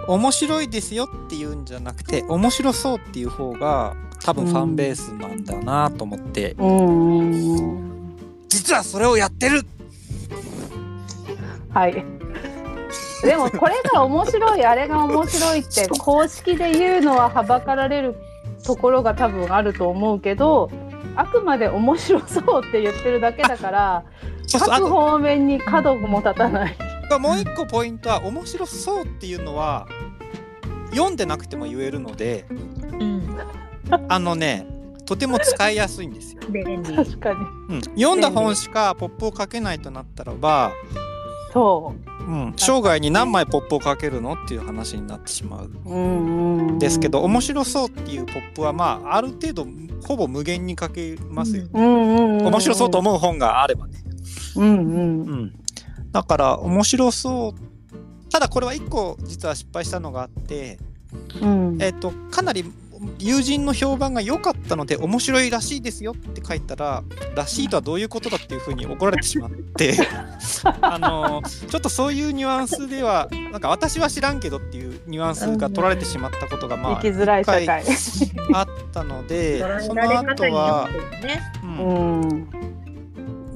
Speaker 2: 面白いですよっていうんじゃなくて面白そうっていう方が多分ファンベースなんだなと思って、
Speaker 1: うん
Speaker 2: 実はそれをやってる
Speaker 1: はいでもこれが面白いあれが面白いって公式で言うのははばかられるところが多分あると思うけどあくまで面白そうって言ってるだけだから
Speaker 2: そうそうあ
Speaker 1: 各
Speaker 2: と
Speaker 1: 方面に角も立たない。
Speaker 2: もう一個ポイントは面白そうっていうのは読んでなくても言えるので
Speaker 3: うん、
Speaker 2: あのねとても使いやすいんですよ。
Speaker 3: 便利。
Speaker 1: 確かに
Speaker 2: うん、読んだ本しかポップをかけないとなったらば、
Speaker 1: そ
Speaker 2: うん、生涯に何枚ポップをかけるのっていう話になってしまう
Speaker 1: う、うんうん
Speaker 2: んですけど面白そうっていうポップはまあある程度ほぼ無限にかけますよ。
Speaker 1: うんうんうんうん
Speaker 2: 面白そうと思う本があればね。
Speaker 1: うんうん
Speaker 2: うん、だから面白そうただこれは1個実は失敗したのがあって、
Speaker 1: うん
Speaker 2: えっとかなり友人の評判が良かったので面白いらしいですよって書いたら「らしいとはどういうことだ」っていうふうに怒られてしまって あのちょっとそういうニュアンスではなんか私は知らんけどっていうニュアンスが取られてしまったことがまあ
Speaker 1: 生きづらい社
Speaker 2: 一
Speaker 1: 会
Speaker 2: 回。あったのでその
Speaker 3: 捉え
Speaker 2: 後
Speaker 3: 方によ
Speaker 2: は、
Speaker 3: ってね。
Speaker 2: うん
Speaker 1: うん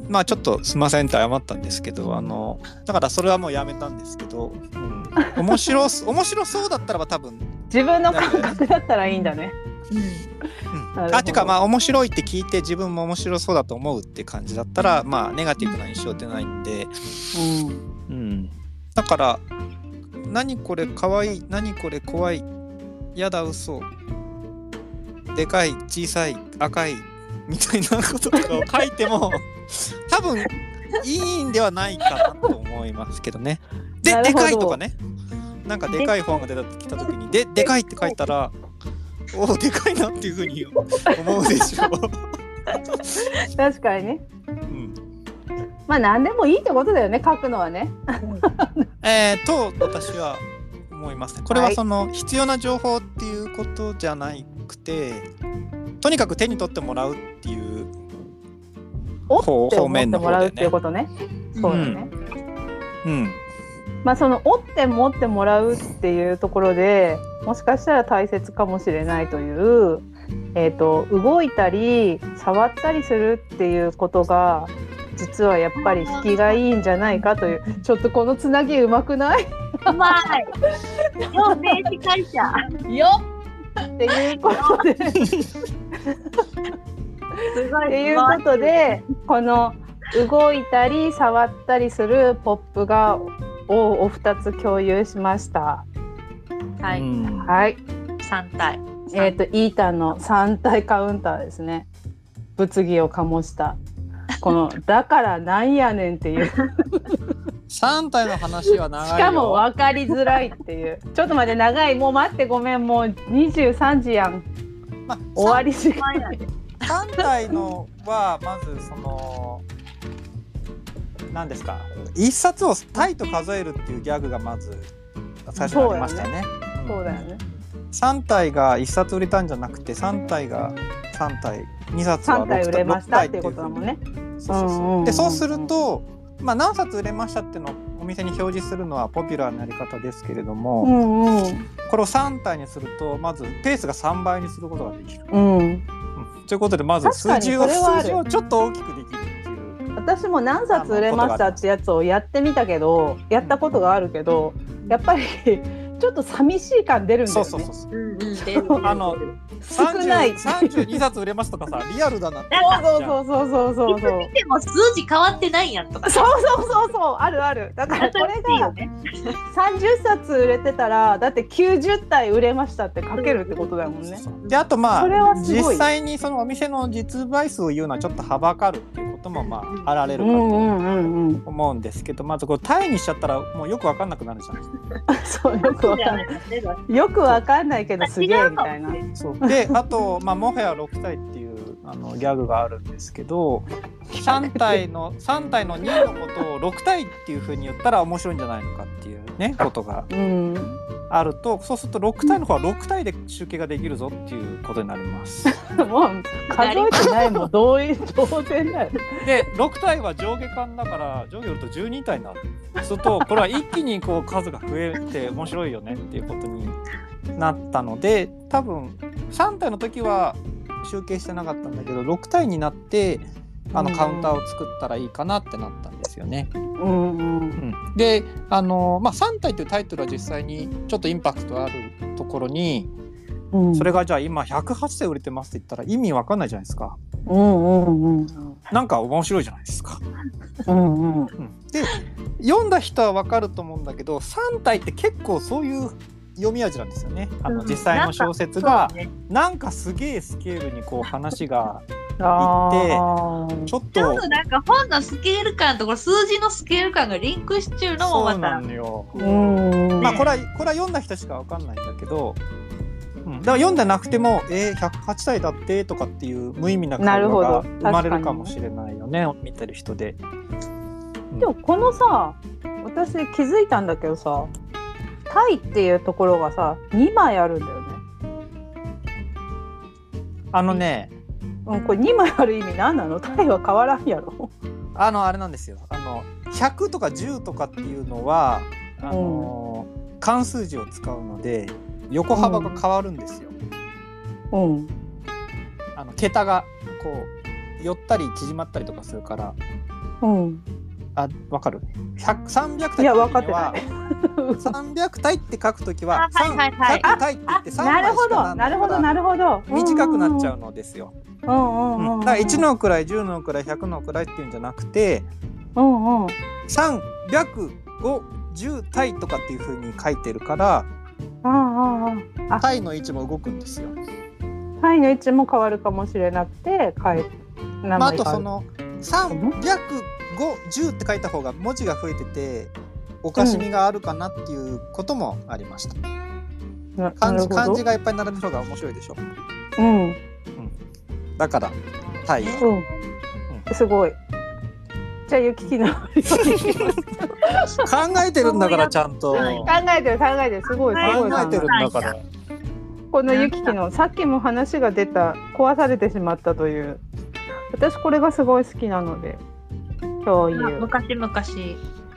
Speaker 2: まあちょっとすいませんって謝ったんですけどあのだからそれはもうやめたんですけど、うん、面白す面白そうだったらば多分、
Speaker 1: 自分の感覚だったらいいんだね。
Speaker 3: うん
Speaker 2: うん
Speaker 1: なるほど
Speaker 2: あっていうかまあ面白いって聞いて自分も面白そうだと思うって感じだったらまあネガティブな印象ってないんで、
Speaker 1: うん
Speaker 2: うん、だから何これかわいい何これ怖いやだ嘘でかい小さい赤いみたいなこととかを書いても多分いいんではないかなと思いますけどね。で
Speaker 1: なる
Speaker 2: で
Speaker 1: ほど
Speaker 2: かいとかねなんかでかい本が出た来た時にででかいって書いたらおおでかいなっていうふうに思うでしょう。
Speaker 1: 確かにね。
Speaker 2: うん
Speaker 1: まあ何でもいいってことだよね書くのはね。
Speaker 2: えー、と私は思いますね。これは
Speaker 1: はい
Speaker 2: その必要な情報っていうことじゃなくて、とにかく手に取ってもらうっていう
Speaker 1: お
Speaker 2: 方
Speaker 1: って
Speaker 2: 方
Speaker 1: 思って
Speaker 2: 面の
Speaker 1: も
Speaker 2: 方
Speaker 1: らう
Speaker 2: で
Speaker 1: ってい
Speaker 2: ね
Speaker 1: う。ことね。そうだね。
Speaker 2: うん、
Speaker 1: まあその折って持ってもらうっていうところでもしかしたら大切かもしれないという、えー、と動いたり触ったりするっていうことが実はやっぱり引きがいいんじゃないかというちょっとこのつなぎうまくない
Speaker 3: うまい。よう明示会社。
Speaker 1: よっていう ことで。
Speaker 3: すごい。
Speaker 1: っていうことでこの動いたり触ったりするポップがをお二つ共有しました。
Speaker 3: は
Speaker 2: う
Speaker 3: い。
Speaker 2: ん
Speaker 1: はい、
Speaker 3: 三体。
Speaker 1: えっ、とイータンの三体カウンターですね。物議を醸したこの「だからなんやねん」っていうし
Speaker 2: 三体の話は長いよ。
Speaker 1: かも分かりづらいっていうちょっと待って長いもう待ってごめんもう23時やん
Speaker 2: まあ、
Speaker 1: 終わり時間
Speaker 3: 前なんで
Speaker 2: 三体のはまずその何ですか一冊をタイと数えるっていうギャグがまず最初にありましたね。ん
Speaker 1: そうだよね。
Speaker 2: 3体が1冊売れたんじゃなくて3体が3体2冊
Speaker 1: 3
Speaker 2: は6
Speaker 1: 体
Speaker 2: 体
Speaker 1: 売れましたっていう
Speaker 2: 六
Speaker 1: ことだもんね。
Speaker 2: そうそう
Speaker 1: うんうんうんう
Speaker 2: そ
Speaker 1: ん
Speaker 2: うでそうすると、まあ、何冊売れましたっていうのをお店に表示するのはポピュラーなやり方ですけれど
Speaker 1: う
Speaker 2: も、
Speaker 1: んうん
Speaker 2: これを3体にするとまずペースが3倍にすることができる。
Speaker 1: うん
Speaker 2: うんということでまず
Speaker 1: 確か
Speaker 2: 数
Speaker 1: に
Speaker 2: 字を
Speaker 1: それはある
Speaker 2: 数字をちょっと大きくできるっていう。
Speaker 1: 私も何冊売れましたってやつをやってみたけどやったことがあるけどやっぱりちょっと寂しい感出るんだよ
Speaker 2: そう
Speaker 1: ね
Speaker 2: そうそうそう
Speaker 3: うんうん。
Speaker 2: あの
Speaker 1: 少ない
Speaker 2: 30 32冊売れましたとかさリアルだなって
Speaker 1: そうそうそうそうそうそうそう
Speaker 3: いつ見ても数字変わってないやんとか。
Speaker 1: そうそうそうあるあるだからこれ
Speaker 3: 新しいよ
Speaker 1: が
Speaker 3: ね。
Speaker 1: 30冊売れてたらだって90体売れましたって書けるってことだもんね
Speaker 2: であとま
Speaker 1: そ
Speaker 2: あ
Speaker 1: れはすごい
Speaker 2: 実際にそのお店の実売数を言うのはちょっとはばかるっていうこともまああられ
Speaker 1: う
Speaker 2: る
Speaker 1: ん
Speaker 2: か
Speaker 1: う
Speaker 2: と
Speaker 1: んうんうん
Speaker 2: 思うんですけどまずこれタイにしちゃったらもうよくわかんなくなるじゃん。
Speaker 1: そうよくわかん ないよくわかんないけどすげえみたいな
Speaker 3: 違う
Speaker 2: そうであと、まあ、もはや6体っていうあのギャグがあるんですけど3体の3体の2のことを6体っていうふうに言ったら面白いんじゃないのかっていうねことが
Speaker 1: うん
Speaker 2: あるとそうすると6体の方は6体で集計ができるぞっていうことになります。
Speaker 1: もう数えてないもん同意同然だよ
Speaker 2: で6体は上下巻だから上下売ると12体になるそうするとこれは一気にこう数が増えて面白いよねっていうことになったので多分3体の時は集計してなかったんだけど6体になってあのカウンターを作ったらいいかなってなったんですよね。
Speaker 1: うんうん
Speaker 2: うんであの、まあ、3体というタイトルは実際にちょっとインパクトあるところに
Speaker 1: うん
Speaker 2: それがじゃあ今108で売れてますって言ったら意味わかんないじゃないですか。
Speaker 1: うんうんうん
Speaker 2: なんか面白いじゃないですか。
Speaker 1: うんうん
Speaker 2: うんで読んだ人はわかると思うんだけど3体って結構そういう読み味なんですよね。あの
Speaker 3: うん
Speaker 2: 実際の小説
Speaker 3: そう
Speaker 2: が
Speaker 3: ね
Speaker 2: なんかすげえスケールにこう話が
Speaker 1: あー
Speaker 2: ちょっ
Speaker 3: ちょっ
Speaker 2: と
Speaker 3: となんか本のスケール感とこれ数字のスケール感がリンクしちゅうのも
Speaker 2: そう
Speaker 3: ま
Speaker 2: な
Speaker 3: た
Speaker 2: のよ。
Speaker 1: うん
Speaker 2: まあこれはこれは読んだ人しかわかんないんだけど、うん、だから読んでなくても「えー、108体だって」とかっていう無意味な会
Speaker 1: なる
Speaker 2: 話
Speaker 1: ほど
Speaker 2: が生ま
Speaker 1: 確か
Speaker 2: れる
Speaker 1: に
Speaker 2: かもしれないよね見てる人で。
Speaker 1: でもこのさ私気づいたんだけどさタイっていうところがさ2枚あるんだよね。
Speaker 2: あのね
Speaker 1: うん、これ2枚ある意味何なのタイは変わらんやろ。
Speaker 2: あのあれなんですよあの100とか10とかっていうのはあのー漢数字を使うので横幅が変わるんですよ。
Speaker 1: うん
Speaker 2: あの桁がこう寄ったり縮まったりとかするから
Speaker 1: うん、
Speaker 2: あわかる100 300
Speaker 1: い
Speaker 2: 体
Speaker 1: や
Speaker 2: の
Speaker 1: 分か
Speaker 2: 時
Speaker 1: っ
Speaker 2: に
Speaker 1: て
Speaker 2: は
Speaker 1: ない。
Speaker 2: 300体って書くときは
Speaker 3: あはいはいはい
Speaker 2: 300体って言って
Speaker 1: な
Speaker 2: 3枚
Speaker 1: る
Speaker 2: し
Speaker 1: ほ
Speaker 2: か
Speaker 1: ど
Speaker 2: な
Speaker 1: な
Speaker 2: ら
Speaker 1: るほ
Speaker 2: ないか
Speaker 1: ど
Speaker 2: ら
Speaker 1: なるほど
Speaker 2: 短くなっちゃ
Speaker 1: う
Speaker 2: うのですよ。
Speaker 1: んうんうんうん、
Speaker 2: うんだから1の位10の位100の位っていうんじゃなくて
Speaker 1: うんうん
Speaker 2: 300510体とかっていうふうに書いてるから
Speaker 1: うんうんうんあ
Speaker 2: 体の位置も動くんですよ。
Speaker 1: タイの位置も変わるかもしれなくて変え名
Speaker 2: まあ、あ
Speaker 1: 前
Speaker 2: と
Speaker 1: 変わ
Speaker 2: そ
Speaker 1: る
Speaker 2: の300510って書いた方が文字が増えてておかしみがあるかなっていうこともありました。
Speaker 1: な
Speaker 2: 漢
Speaker 1: な
Speaker 2: 字
Speaker 1: るほど
Speaker 2: 漢字がいっぱい並べる方が面白いでしょ。
Speaker 1: うん
Speaker 2: だから体は。
Speaker 1: うんすごいじゃあゆきき の考
Speaker 2: 考えてるんだからちゃんと。
Speaker 3: はい
Speaker 1: えてる考えてるすごいすごい
Speaker 2: 考えてるんだから。
Speaker 1: このゆききのさっきも話が出た壊されてしまったという私これがすごい好きなので共有
Speaker 3: 昔々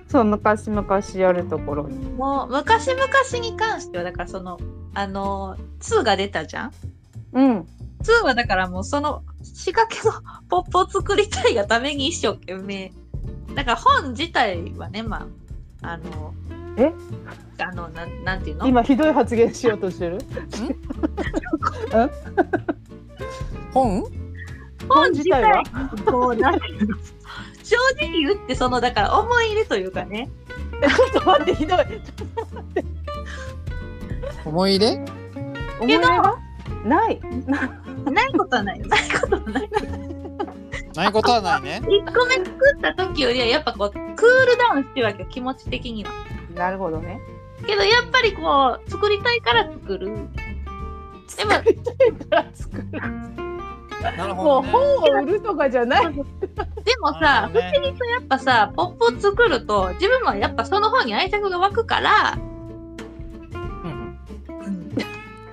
Speaker 1: そう昔々やるところに
Speaker 3: もう昔々に関してはだからそのあの2が出たじゃん
Speaker 1: うん
Speaker 3: 2はだからもうその仕掛けのポップを作りたいがために一生懸命だから本自体はねまああの
Speaker 1: え
Speaker 3: あのなんなんていうの
Speaker 1: 今ひどい発言しようと してる
Speaker 2: 本
Speaker 1: 本自体は
Speaker 3: こうなんていうの正直言ってそのだから思い入れというかね
Speaker 1: えちょっと待ってひどい
Speaker 2: 思い入れ
Speaker 1: 思い入れがない
Speaker 3: ないことはないよないことはない
Speaker 2: ないことはないね。
Speaker 3: 1個目作った時よりはやっぱこうクールダウンしてるわけよ気持ち的には
Speaker 1: なるほど ね
Speaker 3: けどやっぱりこう作りたいから作るでも
Speaker 1: 作りたいから作る
Speaker 2: な
Speaker 1: も
Speaker 2: るほど、
Speaker 1: う
Speaker 2: ね。
Speaker 1: 本を売るとかじゃない
Speaker 3: でも
Speaker 2: な
Speaker 3: さ、
Speaker 2: るほどね
Speaker 3: 不思議とやっぱさポップを作ると自分もやっぱその方に愛着が湧くから、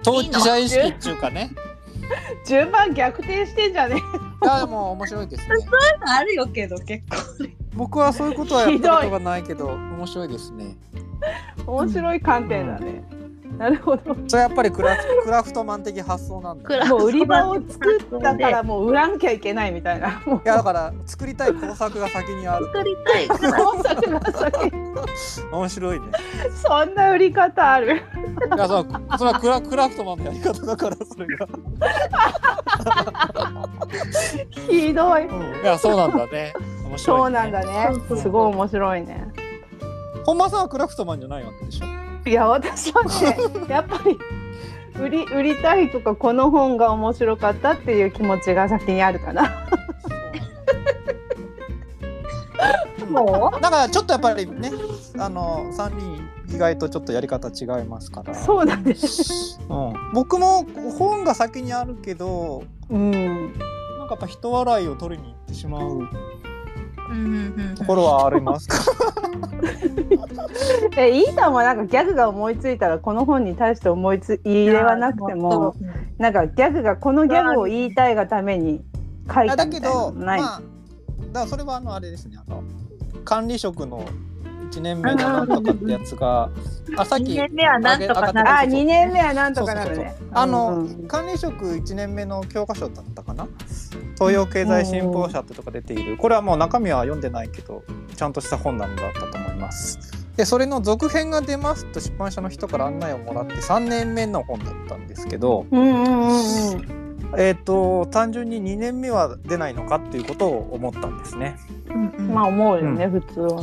Speaker 2: 当事者意識って いうかね。
Speaker 1: 順番逆転してんじゃね
Speaker 2: がもう面白いですね。
Speaker 3: あるよけど結構
Speaker 2: 僕はそういうことはやったことがないけど面白いですね。
Speaker 1: え面白い観点だね、なるほ ど
Speaker 2: それやっぱりクラフトクラフトマン的発想なんだ。い
Speaker 1: もう売り場を作ったからもう売らなきゃいけないみたいなもう
Speaker 2: やだから作りたい工作が先にある。
Speaker 3: 作りたいから
Speaker 1: 創作が先
Speaker 2: 面白いね。
Speaker 1: そんな売り方ある
Speaker 2: いやそのそれはクラクラフトマンのやり方だからそれが。
Speaker 1: ひどい
Speaker 2: いやそうなんだね。面
Speaker 1: そ
Speaker 2: 白い、ね。
Speaker 1: うなんだ。ね
Speaker 3: そう
Speaker 1: すごい面白いね
Speaker 2: 本間さんはクラフトマンじゃないわけでしょ。
Speaker 1: いや私は ねやっぱり売り売りたいとかこの本が面白かったっていう気持ちが先にあるかな。
Speaker 3: も
Speaker 2: だからちょっとやっぱりねあの3人意外とちょっとやり方違いますから
Speaker 1: そうだね。
Speaker 2: うん、僕も本が先にあるけど
Speaker 1: うん。
Speaker 2: なんかやっぱ人笑いを取りに行ってしまう
Speaker 3: う、うんうんうん、
Speaker 2: ところはありますか
Speaker 1: えイータンはなんかギャグが思いついたらこの本に対して思いつ入れはなくても
Speaker 3: そう
Speaker 1: なんかギャグがこのギャグを言いたいがために書い
Speaker 2: あ
Speaker 1: た
Speaker 2: だ
Speaker 1: みた
Speaker 2: け
Speaker 1: いなの
Speaker 2: ど
Speaker 1: ない。
Speaker 2: まあだからそれはあのあれですねあの管理職の1年目のなんとかってやつがあさっ
Speaker 3: 二
Speaker 2: き
Speaker 3: 年目はなんとかな
Speaker 2: あ
Speaker 3: る
Speaker 1: あ
Speaker 2: そうそう
Speaker 1: 二年目はなんとかなる
Speaker 2: そうそう
Speaker 1: ね
Speaker 2: そう。あの、
Speaker 1: うん
Speaker 2: 管理職1年目の教科書だったかな東洋経済新報社ってとか出ているこれはもう中身は読んでないけどちゃんとした本なんだったと思いますでそれの続編が出ますと出版社の人から案内をもらって3年目の本だったんですけど、
Speaker 1: うんうんうんうん。
Speaker 2: えー、と単純に2年目は出ないのかっていうことを思ったんですね。
Speaker 1: まあ思うよね、
Speaker 2: う
Speaker 1: 普通はね。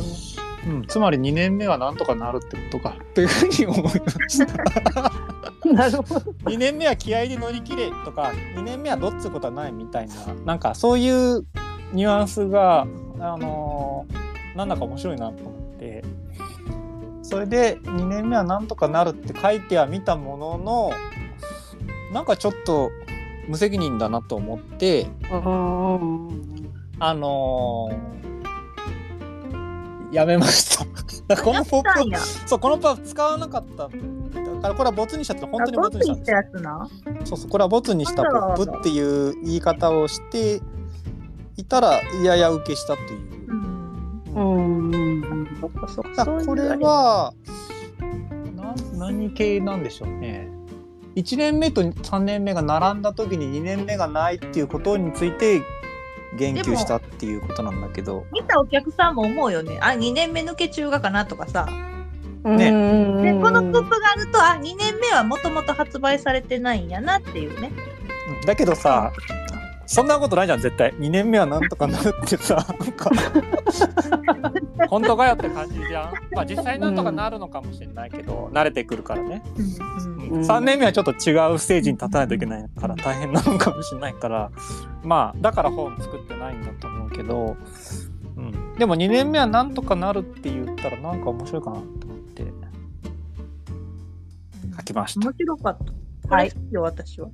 Speaker 2: うん、つまり2年目はなんとかなるってことかというふうに思いま した。
Speaker 1: なるほど。
Speaker 2: 2年目は気合で乗り切れとか2年目はどっつことはないみたいななんかそういうニュアンスが、あのーなんだか面白いなと思ってそれで2年目はなんとかなるって書いてはみたもののなんかちょっと無責任だなと思って
Speaker 1: うんうん
Speaker 2: あのーやめました。 このポッ
Speaker 3: なん
Speaker 2: プ
Speaker 3: や。
Speaker 2: そうこのパー使わなかっただからこれはボツにしたって本当に
Speaker 3: あ
Speaker 2: ボ
Speaker 3: ど
Speaker 2: ツ
Speaker 3: っ
Speaker 2: に
Speaker 3: ち
Speaker 2: したん
Speaker 3: 行っ
Speaker 2: です
Speaker 3: たやつな。
Speaker 2: そうそうこれはボツにしたポップっていう言い方をしていたらいやや受けしたという。
Speaker 3: ん。
Speaker 1: うんうん
Speaker 3: そっかそっ
Speaker 2: だ
Speaker 3: か。
Speaker 2: からこれはな何系なんでしょうね。1年目と3年目が並んだ時に2年目がないっていうことについて言及したっていうことなんだけど
Speaker 3: 見たお客さんも思うよね。あ、2年目抜け中がかなとかさ。
Speaker 1: うん。
Speaker 2: ね
Speaker 1: うん
Speaker 3: で、このプップがあると、あ、2年目はもともと発売されてないんやなっていうね。
Speaker 2: だけどさそんなことないじゃん絶対2年目はなんとかなるってさなん か本当かよって感じじゃんまあ実際なんとかなるのかもしれないけど、慣れてくるからね、
Speaker 1: うん
Speaker 2: 3年目はちょっと違うステージに立たないといけないから大変なのかもしれないからまあだから本作ってないんだと思うけど、うん、でも2年目はなんとかなるって言ったらなんか面白いかなと思って書きました
Speaker 3: 面白かった。
Speaker 1: はい
Speaker 3: これ好きよ、私は。